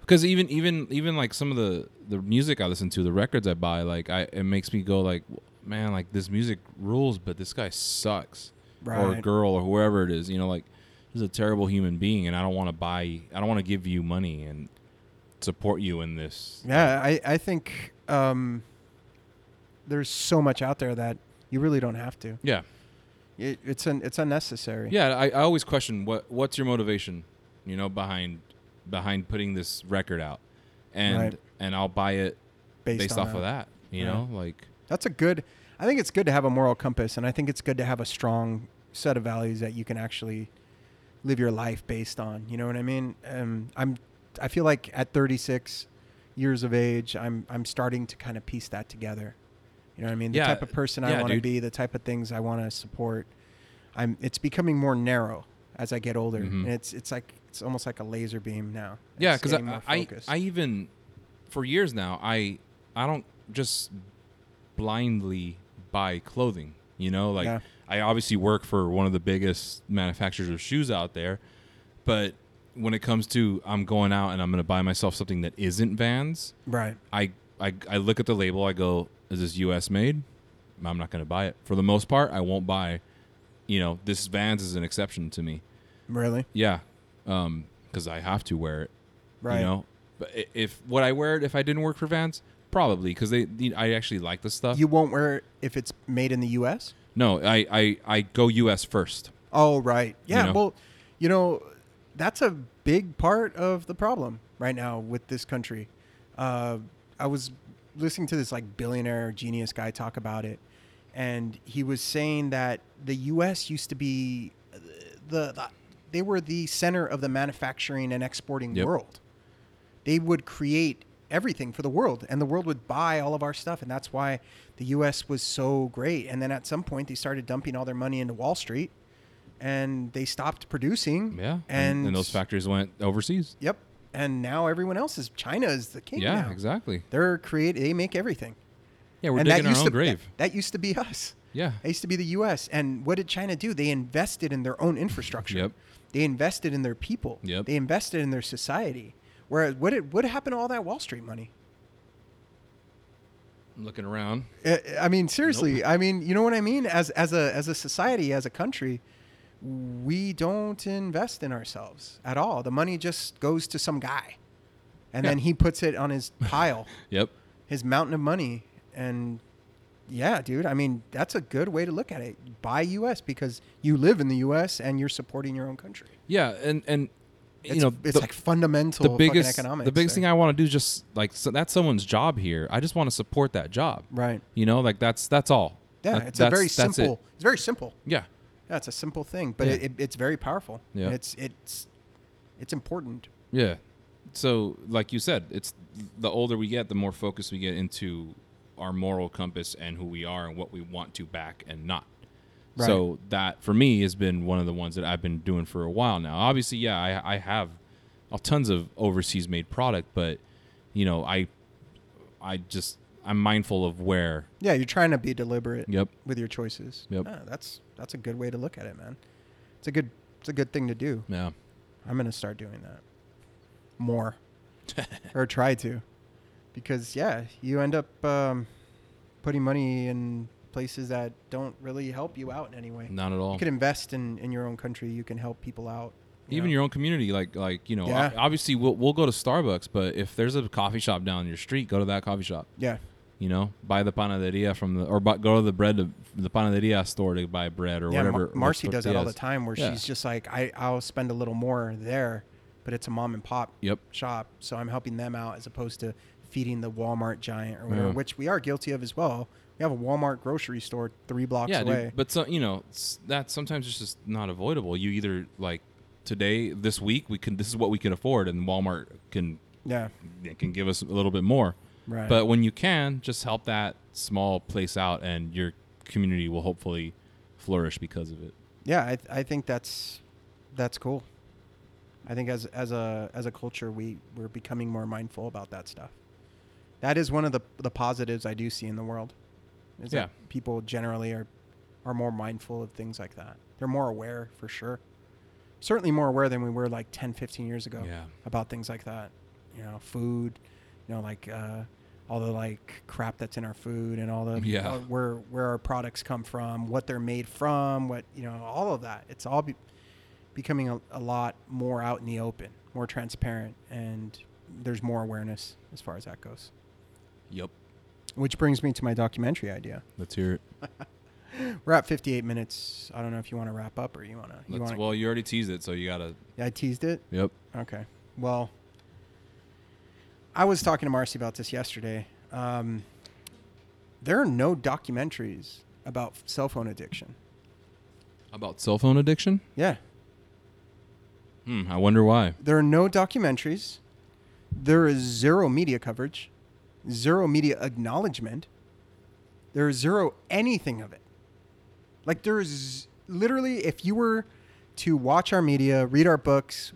Speaker 1: because even even even like some of the the music I listen to, the records I buy, like I it makes me go like man, like this music rules, but this guy sucks or
Speaker 2: Right.
Speaker 1: girl or whoever it is, you know, like this is a terrible human being, and I don't want to buy, I don't want to give you money and support you in this.
Speaker 2: Yeah, I I think um, there's so much out there that you really don't have to.
Speaker 1: Yeah,
Speaker 2: It, it's un, it's unnecessary.
Speaker 1: Yeah, I, I always question what what's your motivation, you know, behind behind putting this record out, and
Speaker 2: Right.
Speaker 1: and I'll buy it based,
Speaker 2: based, on
Speaker 1: off of that, you
Speaker 2: Yeah.
Speaker 1: know, like
Speaker 2: That's a good. I think it's good to have a moral compass, and I think it's good to have a strong set of values that you can actually live your life based on. You know what I mean? Um, I'm. I feel like at 36 years of age, I'm. I'm starting to kind of piece that together. You know what I mean? The
Speaker 1: Yeah,
Speaker 2: type of person I
Speaker 1: yeah,
Speaker 2: want to
Speaker 1: dude.
Speaker 2: be, the type of things I want to support. I'm. It's becoming more narrow as I get older,
Speaker 1: Mhm.
Speaker 2: and it's. It's like it's almost like a laser beam now.
Speaker 1: yeah,
Speaker 2: It's
Speaker 1: because
Speaker 2: getting
Speaker 1: I,
Speaker 2: more
Speaker 1: I
Speaker 2: focused.
Speaker 1: I even for years now I I don't just blindly buy clothing, you know, like
Speaker 2: Yeah.
Speaker 1: I obviously work for one of the biggest manufacturers of shoes out there, but when it comes to I'm going out and I'm going to buy myself something that isn't Vans,
Speaker 2: Right.
Speaker 1: I, I I look at the label. I go, is this U.S. made? I'm not going to buy it. For the most part, I won't buy. You know, this Vans is an exception to me.
Speaker 2: Really.
Speaker 1: Yeah, because I have to wear it.
Speaker 2: Right.
Speaker 1: You know, but i- if would I wear it if I didn't work for Vans? Probably because they, the- I actually like the stuff.
Speaker 2: You won't wear it if it's made in the U.S.
Speaker 1: no, I, I I go U.S. first.
Speaker 2: Oh, right. Yeah.
Speaker 1: know?
Speaker 2: Well, you know, that's a big part of the problem right now with this country. Uh, I was listening to this like billionaire genius guy talk about it, and he was saying that the U.S. used to be uh, the, the they were the center of the manufacturing and exporting
Speaker 1: Yep.
Speaker 2: world. They would create everything for the world, and the world would buy all of our stuff, and that's why the U.S. was so great. And then at some point, they started dumping all their money into Wall Street, and they stopped producing.
Speaker 1: Yeah,
Speaker 2: and,
Speaker 1: and those factories went overseas.
Speaker 2: Yep, and now everyone else is China is the king.
Speaker 1: Yeah,
Speaker 2: now.
Speaker 1: exactly.
Speaker 2: They're create. They make everything.
Speaker 1: Yeah, we're
Speaker 2: and
Speaker 1: digging
Speaker 2: that
Speaker 1: our
Speaker 2: used
Speaker 1: own
Speaker 2: to
Speaker 1: grave.
Speaker 2: That, that used to be us.
Speaker 1: yeah,
Speaker 2: It used to be the U.S. And what did China do? They invested in their own infrastructure.
Speaker 1: Yep.
Speaker 2: They invested in their people.
Speaker 1: Yep.
Speaker 2: They invested in their society. Whereas, what did what happened to all that Wall Street money?
Speaker 1: I'm looking around.
Speaker 2: I- Uh, I mean, seriously. I mean, you know what I mean? As as a as a society, as a country, we don't invest in ourselves at all. The money just goes to some guy, and
Speaker 1: Yeah.
Speaker 2: then he puts it on his
Speaker 1: *laughs*
Speaker 2: pile,
Speaker 1: Yep.
Speaker 2: his mountain of money, and yeah, dude. I mean, that's a good way to look at it. Buy U.S. because you live in the U.S. and you're supporting your own country.
Speaker 1: Yeah, and and
Speaker 2: It's,
Speaker 1: you know,
Speaker 2: it's
Speaker 1: the-
Speaker 2: like fundamental
Speaker 1: the
Speaker 2: fucking
Speaker 1: biggest
Speaker 2: economics.
Speaker 1: the biggest
Speaker 2: there.
Speaker 1: thing I want to do is just like so that's someone's job here. I just want to support that job.
Speaker 2: right.
Speaker 1: You know, like that's that's all.
Speaker 2: Yeah,
Speaker 1: That-
Speaker 2: it's a
Speaker 1: that's-
Speaker 2: very
Speaker 1: that's it.
Speaker 2: simple. It's very simple.
Speaker 1: Yeah.
Speaker 2: Yeah, it's a simple thing, but
Speaker 1: Yeah.
Speaker 2: it, it, it's very powerful.
Speaker 1: Yeah.
Speaker 2: And It's it's it's important.
Speaker 1: Yeah. So, like you said, it's the older we get, the more focused we get into our moral compass and who we are and what we want to back and not.
Speaker 2: Right.
Speaker 1: So that for me has been one of the ones that I've been doing for a while now. Obviously, yeah, I, I have uh, tons of overseas made product, but you know, I I just I'm mindful of where.
Speaker 2: Yeah, you're trying to be deliberate
Speaker 1: Yep.
Speaker 2: with your choices.
Speaker 1: Yep.
Speaker 2: Yeah, that's that's a good way to look at it, man. It's a good it's a good thing to do.
Speaker 1: Yeah.
Speaker 2: I'm gonna start doing that
Speaker 1: *laughs*
Speaker 2: more, or try to, because yeah, you end up um, putting money in places that don't really help you out in any way.
Speaker 1: Not at all.
Speaker 2: You can invest in in your own country. You can help people out. you
Speaker 1: even
Speaker 2: know?
Speaker 1: your own community like like you know
Speaker 2: Yeah.
Speaker 1: ob- obviously we'll, we'll go to starbucks but if there's a coffee shop down your street go to that coffee shop
Speaker 2: yeah.
Speaker 1: you know buy the panaderia from the or bu go to the bread to, the panaderia store to buy bread or
Speaker 2: yeah, Mar-
Speaker 1: whatever
Speaker 2: Marcy does that all the
Speaker 1: tortillas.
Speaker 2: time, where
Speaker 1: Yeah.
Speaker 2: she's just like, I, I'll spend a little more there, but it's a mom and pop
Speaker 1: yep
Speaker 2: shop, so I'm helping them out as opposed to feeding the Walmart giant or whatever,
Speaker 1: Yeah.
Speaker 2: which we are guilty of as well. We have a Walmart grocery store three blocks
Speaker 1: yeah
Speaker 2: away.
Speaker 1: dude, but so you know s- that sometimes it's just not avoidable you either like today this week we can this is what we can afford and walmart can
Speaker 2: yeah,
Speaker 1: can give us a little bit more
Speaker 2: right.
Speaker 1: But when you can, just help that small place out, and your community will hopefully flourish because of it.
Speaker 2: yeah, I, th- I think that's that's cool. I think as as a as a culture, we we're becoming more mindful about that stuff. That is one of the the positives I do see in the world. Is
Speaker 1: Yeah.
Speaker 2: that people generally are are more mindful of things like that. They're more aware for sure. Certainly more aware than we were like 10, 15 years ago.
Speaker 1: Yeah.
Speaker 2: about things like that. You know, food. You know, like uh, all the like crap that's in our food and all the
Speaker 1: Yeah.
Speaker 2: uh, where where our products come from, what they're made from, what you know, all of that. It's all be- becoming a, a lot more out in the open, more transparent, and there's more awareness as far as that goes.
Speaker 1: Yep.
Speaker 2: Which brings me to my documentary idea.
Speaker 1: Let's hear it.
Speaker 2: We're at 58 minutes. I don't know if you want to wrap up or you want to. You
Speaker 1: Let's,
Speaker 2: want
Speaker 1: well, you already teased it, so you gotta.
Speaker 2: I teased it.
Speaker 1: Yep.
Speaker 2: Okay. Well, I was talking to Marcy about this yesterday. Um, there are no documentaries about cell phone addiction.
Speaker 1: About cell phone addiction?
Speaker 2: Yeah.
Speaker 1: Hmm. I wonder why.
Speaker 2: There are no documentaries. There is zero media coverage, zero media acknowledgement. There is zero anything of it. Like, there is literally, if you were to watch our media, read our books,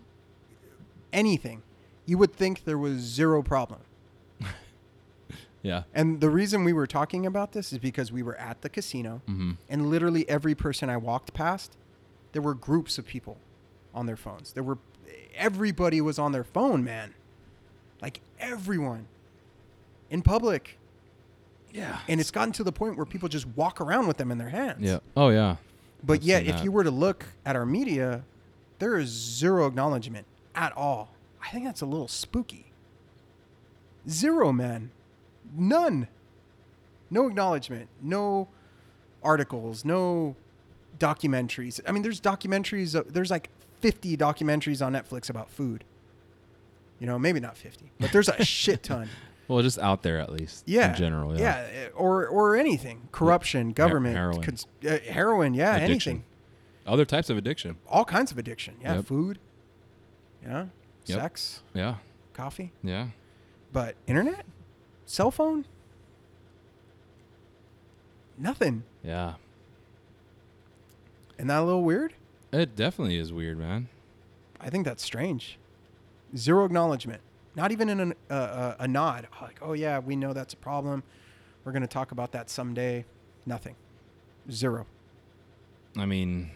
Speaker 2: anything, you would think there was zero problem.
Speaker 1: Yeah.
Speaker 2: And the reason we were talking about this is because we were at the casino, and literally every person I walked past, there were groups of people on their phones. There were everybody was on their phone, man. Like everyone in public.
Speaker 1: Yeah.
Speaker 2: And it's gotten to the point where people just walk around with them in their hands.
Speaker 1: Yeah. Oh yeah.
Speaker 2: But
Speaker 1: I've
Speaker 2: yet,
Speaker 1: seen
Speaker 2: if
Speaker 1: that.
Speaker 2: you were to look at our media, there is zero acknowledgement at all. I think that's a little spooky. Zero, man. None. No acknowledgement. No articles. No documentaries. I mean, there's documentaries. uh, There's like 50 documentaries on Netflix about food. You know, maybe not 50, but
Speaker 1: *laughs*
Speaker 2: there's a shit ton.
Speaker 1: Well, just out there at least.
Speaker 2: Yeah.
Speaker 1: In general. Yeah.
Speaker 2: Yeah. Or or anything. Corruption, government,
Speaker 1: heroin.
Speaker 2: cons- uh, heroin. Yeah.
Speaker 1: Addiction.
Speaker 2: Anything
Speaker 1: Other types of addiction.
Speaker 2: all kinds of addiction. Yeah,
Speaker 1: Yep.
Speaker 2: food. Yeah,
Speaker 1: Yep.
Speaker 2: sex,
Speaker 1: Yeah.
Speaker 2: coffee,
Speaker 1: Yeah.
Speaker 2: but internet, cell phone, nothing.
Speaker 1: Yeah.
Speaker 2: Isn't that a little weird?
Speaker 1: It definitely is weird, man.
Speaker 2: I think that's strange. Zero acknowledgement. Not even in an, uh, uh, a nod. Like, oh yeah, we know that's a problem. We're gonna talk about that someday. Nothing. Zero.
Speaker 1: I mean,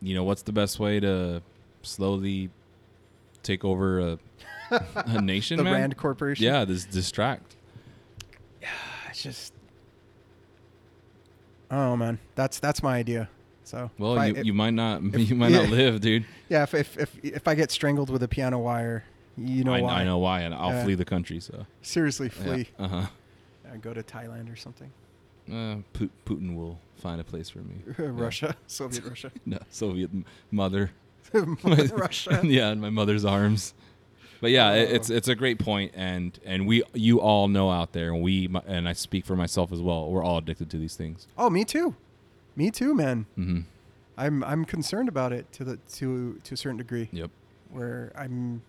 Speaker 1: you know, what's the best way to slowly take over
Speaker 2: *laughs*
Speaker 1: a, a nation?
Speaker 2: The
Speaker 1: man?
Speaker 2: Rand Corporation.
Speaker 1: Yeah, this distract.
Speaker 2: *sighs* It's just. Oh man, that's that's my idea. So
Speaker 1: Well,
Speaker 2: if I-
Speaker 1: you,
Speaker 2: if-
Speaker 1: you might not *laughs* you might not
Speaker 2: yeah.
Speaker 1: live, dude.
Speaker 2: Yeah, if if, if if I get strangled with a piano wire, you know
Speaker 1: I,
Speaker 2: why.
Speaker 1: I know why, and I'll
Speaker 2: Yeah.
Speaker 1: flee the country. So
Speaker 2: Seriously,
Speaker 1: yeah.
Speaker 2: flee.
Speaker 1: uh-huh.
Speaker 2: Uh, go to Thailand or something. *laughs*
Speaker 1: uh Pu- Putin will find a place for me.
Speaker 2: Russia, *laughs* Soviet
Speaker 1: *laughs*
Speaker 2: Russia,
Speaker 1: No, Soviet m-
Speaker 2: *laughs*
Speaker 1: mother.
Speaker 2: Russia.
Speaker 1: *laughs* yeah, in my mother's arms. But yeah, it,
Speaker 2: Oh.
Speaker 1: it's it's a great point, and and we you all know out there, and we my- and I speak for myself as well. We're all addicted to these things.
Speaker 2: Oh, me too. Me too, man.
Speaker 1: Mm-hmm.
Speaker 2: I'm I'm concerned about it to the to to a certain degree,
Speaker 1: Yep.
Speaker 2: where I'm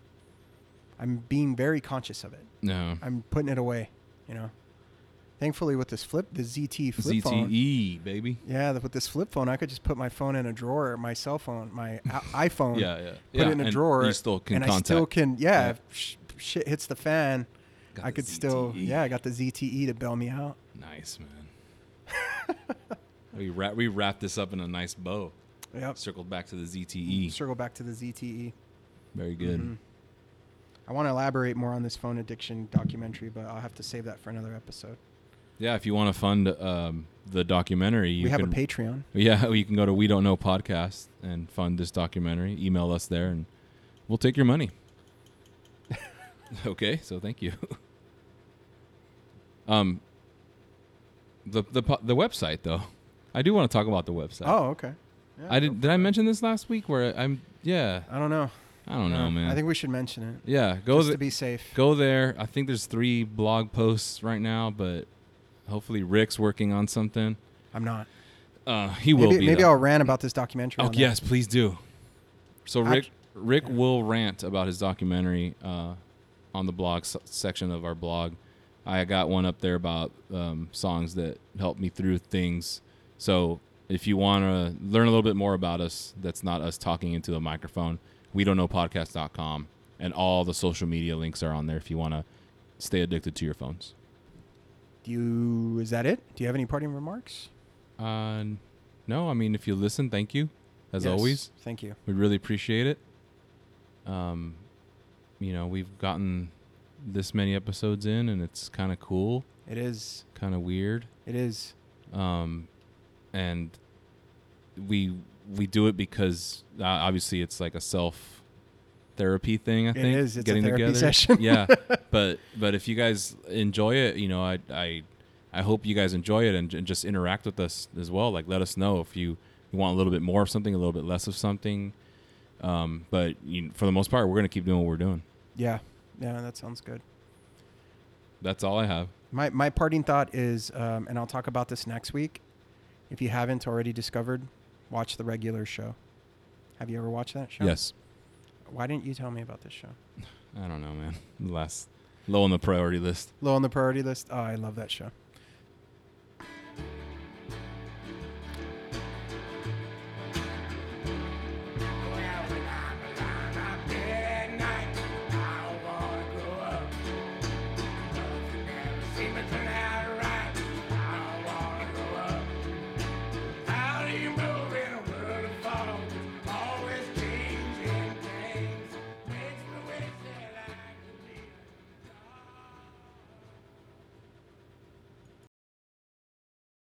Speaker 2: I'm being very conscious of it.
Speaker 1: No.
Speaker 2: I'm putting it away, you know. Thankfully, with this flip, the ZT flip
Speaker 1: E.
Speaker 2: phone,
Speaker 1: ZTE baby.
Speaker 2: Yeah, th- with this flip phone, I could just put my phone in a drawer, my cell phone, my i- *laughs* iPhone.
Speaker 1: Yeah, yeah.
Speaker 2: Put it in a drawer.
Speaker 1: You still can
Speaker 2: and
Speaker 1: contact.
Speaker 2: I still can. Yeah,
Speaker 1: Yeah.
Speaker 2: if sh- shit hits the fan.
Speaker 1: Got
Speaker 2: I
Speaker 1: the
Speaker 2: could still.
Speaker 1: ZTE.
Speaker 2: Yeah, I got the ZTE to bail me out.
Speaker 1: E. Nice man. we wrap we wrapped this up in a nice bow.
Speaker 2: Yep.
Speaker 1: Circled back to the ZTE.
Speaker 2: Circle back to the ZTE.
Speaker 1: Very E. good.
Speaker 2: Mm-hmm. I want to elaborate more on this phone addiction documentary, but I'll have to save that for another episode.
Speaker 1: Yeah, if you want to fund um, the documentary, you
Speaker 2: we have
Speaker 1: can,
Speaker 2: a Patreon.
Speaker 1: Yeah, *laughs* you can go to We Don't Know Podcast and fund this documentary. Email us there and we'll take your money. okay, so thank you. *laughs* um the the po- the website though. I do want to talk about the website.
Speaker 2: Oh, okay. Yeah,
Speaker 1: I did did I mention this last week where I'm yeah,
Speaker 2: I don't know.
Speaker 1: I don't know,
Speaker 2: Uh,
Speaker 1: man.
Speaker 2: I think we should mention it
Speaker 1: yeah, go
Speaker 2: just
Speaker 1: th-
Speaker 2: to be safe.
Speaker 1: go there. I think there's 3 blog posts right now, but hopefully Rick's working on something.
Speaker 2: I'm not.
Speaker 1: Uh he will
Speaker 2: Maybe,
Speaker 1: be
Speaker 2: maybe
Speaker 1: though.
Speaker 2: I'll rant about this documentary.
Speaker 1: Oh
Speaker 2: on that.
Speaker 1: yes, please do. So
Speaker 2: Act-
Speaker 1: Rick Rick will rant about his documentary uh, on the blog s- section of our blog. I got one up there about um, songs that helped me through things. So if you want to learn a little bit more about us, that's not us talking into the microphone. We don't know podcast.com and all the social media links are on there if you want to stay addicted to your phones.
Speaker 2: Do you? Is that it? Do you have any parting remarks?
Speaker 1: Uh, no, I mean if you listen, thank you as
Speaker 2: Yes.
Speaker 1: always.
Speaker 2: Thank you.
Speaker 1: We really appreciate it. Um, you know, we've gotten this many episodes in, and it's kind of cool,
Speaker 2: It is.
Speaker 1: kind of weird,
Speaker 2: It is.
Speaker 1: um, and we we do it because uh, obviously it's like a self therapy thing. I
Speaker 2: It
Speaker 1: think
Speaker 2: is. It's a therapy session. *laughs*
Speaker 1: yeah, but but if you guys enjoy it, you know, I I I hope you guys enjoy it and, and just interact with us as well. Like, let us know if you, you want a little bit more of something, a little bit less of something. Um, but you, for the most part, we're gonna keep doing what we're doing.
Speaker 2: Yeah. Yeah, that sounds good.
Speaker 1: That's all I have.
Speaker 2: My my parting thought is, um, and I'll talk about this next week. If you haven't already discovered, watch the regular show. Have you ever watched that show?
Speaker 1: Yes.
Speaker 2: Why didn't you tell me about this show?
Speaker 1: I don't know, man. *laughs* Last low on the priority list.
Speaker 2: Low on the priority list. Oh, I love that show.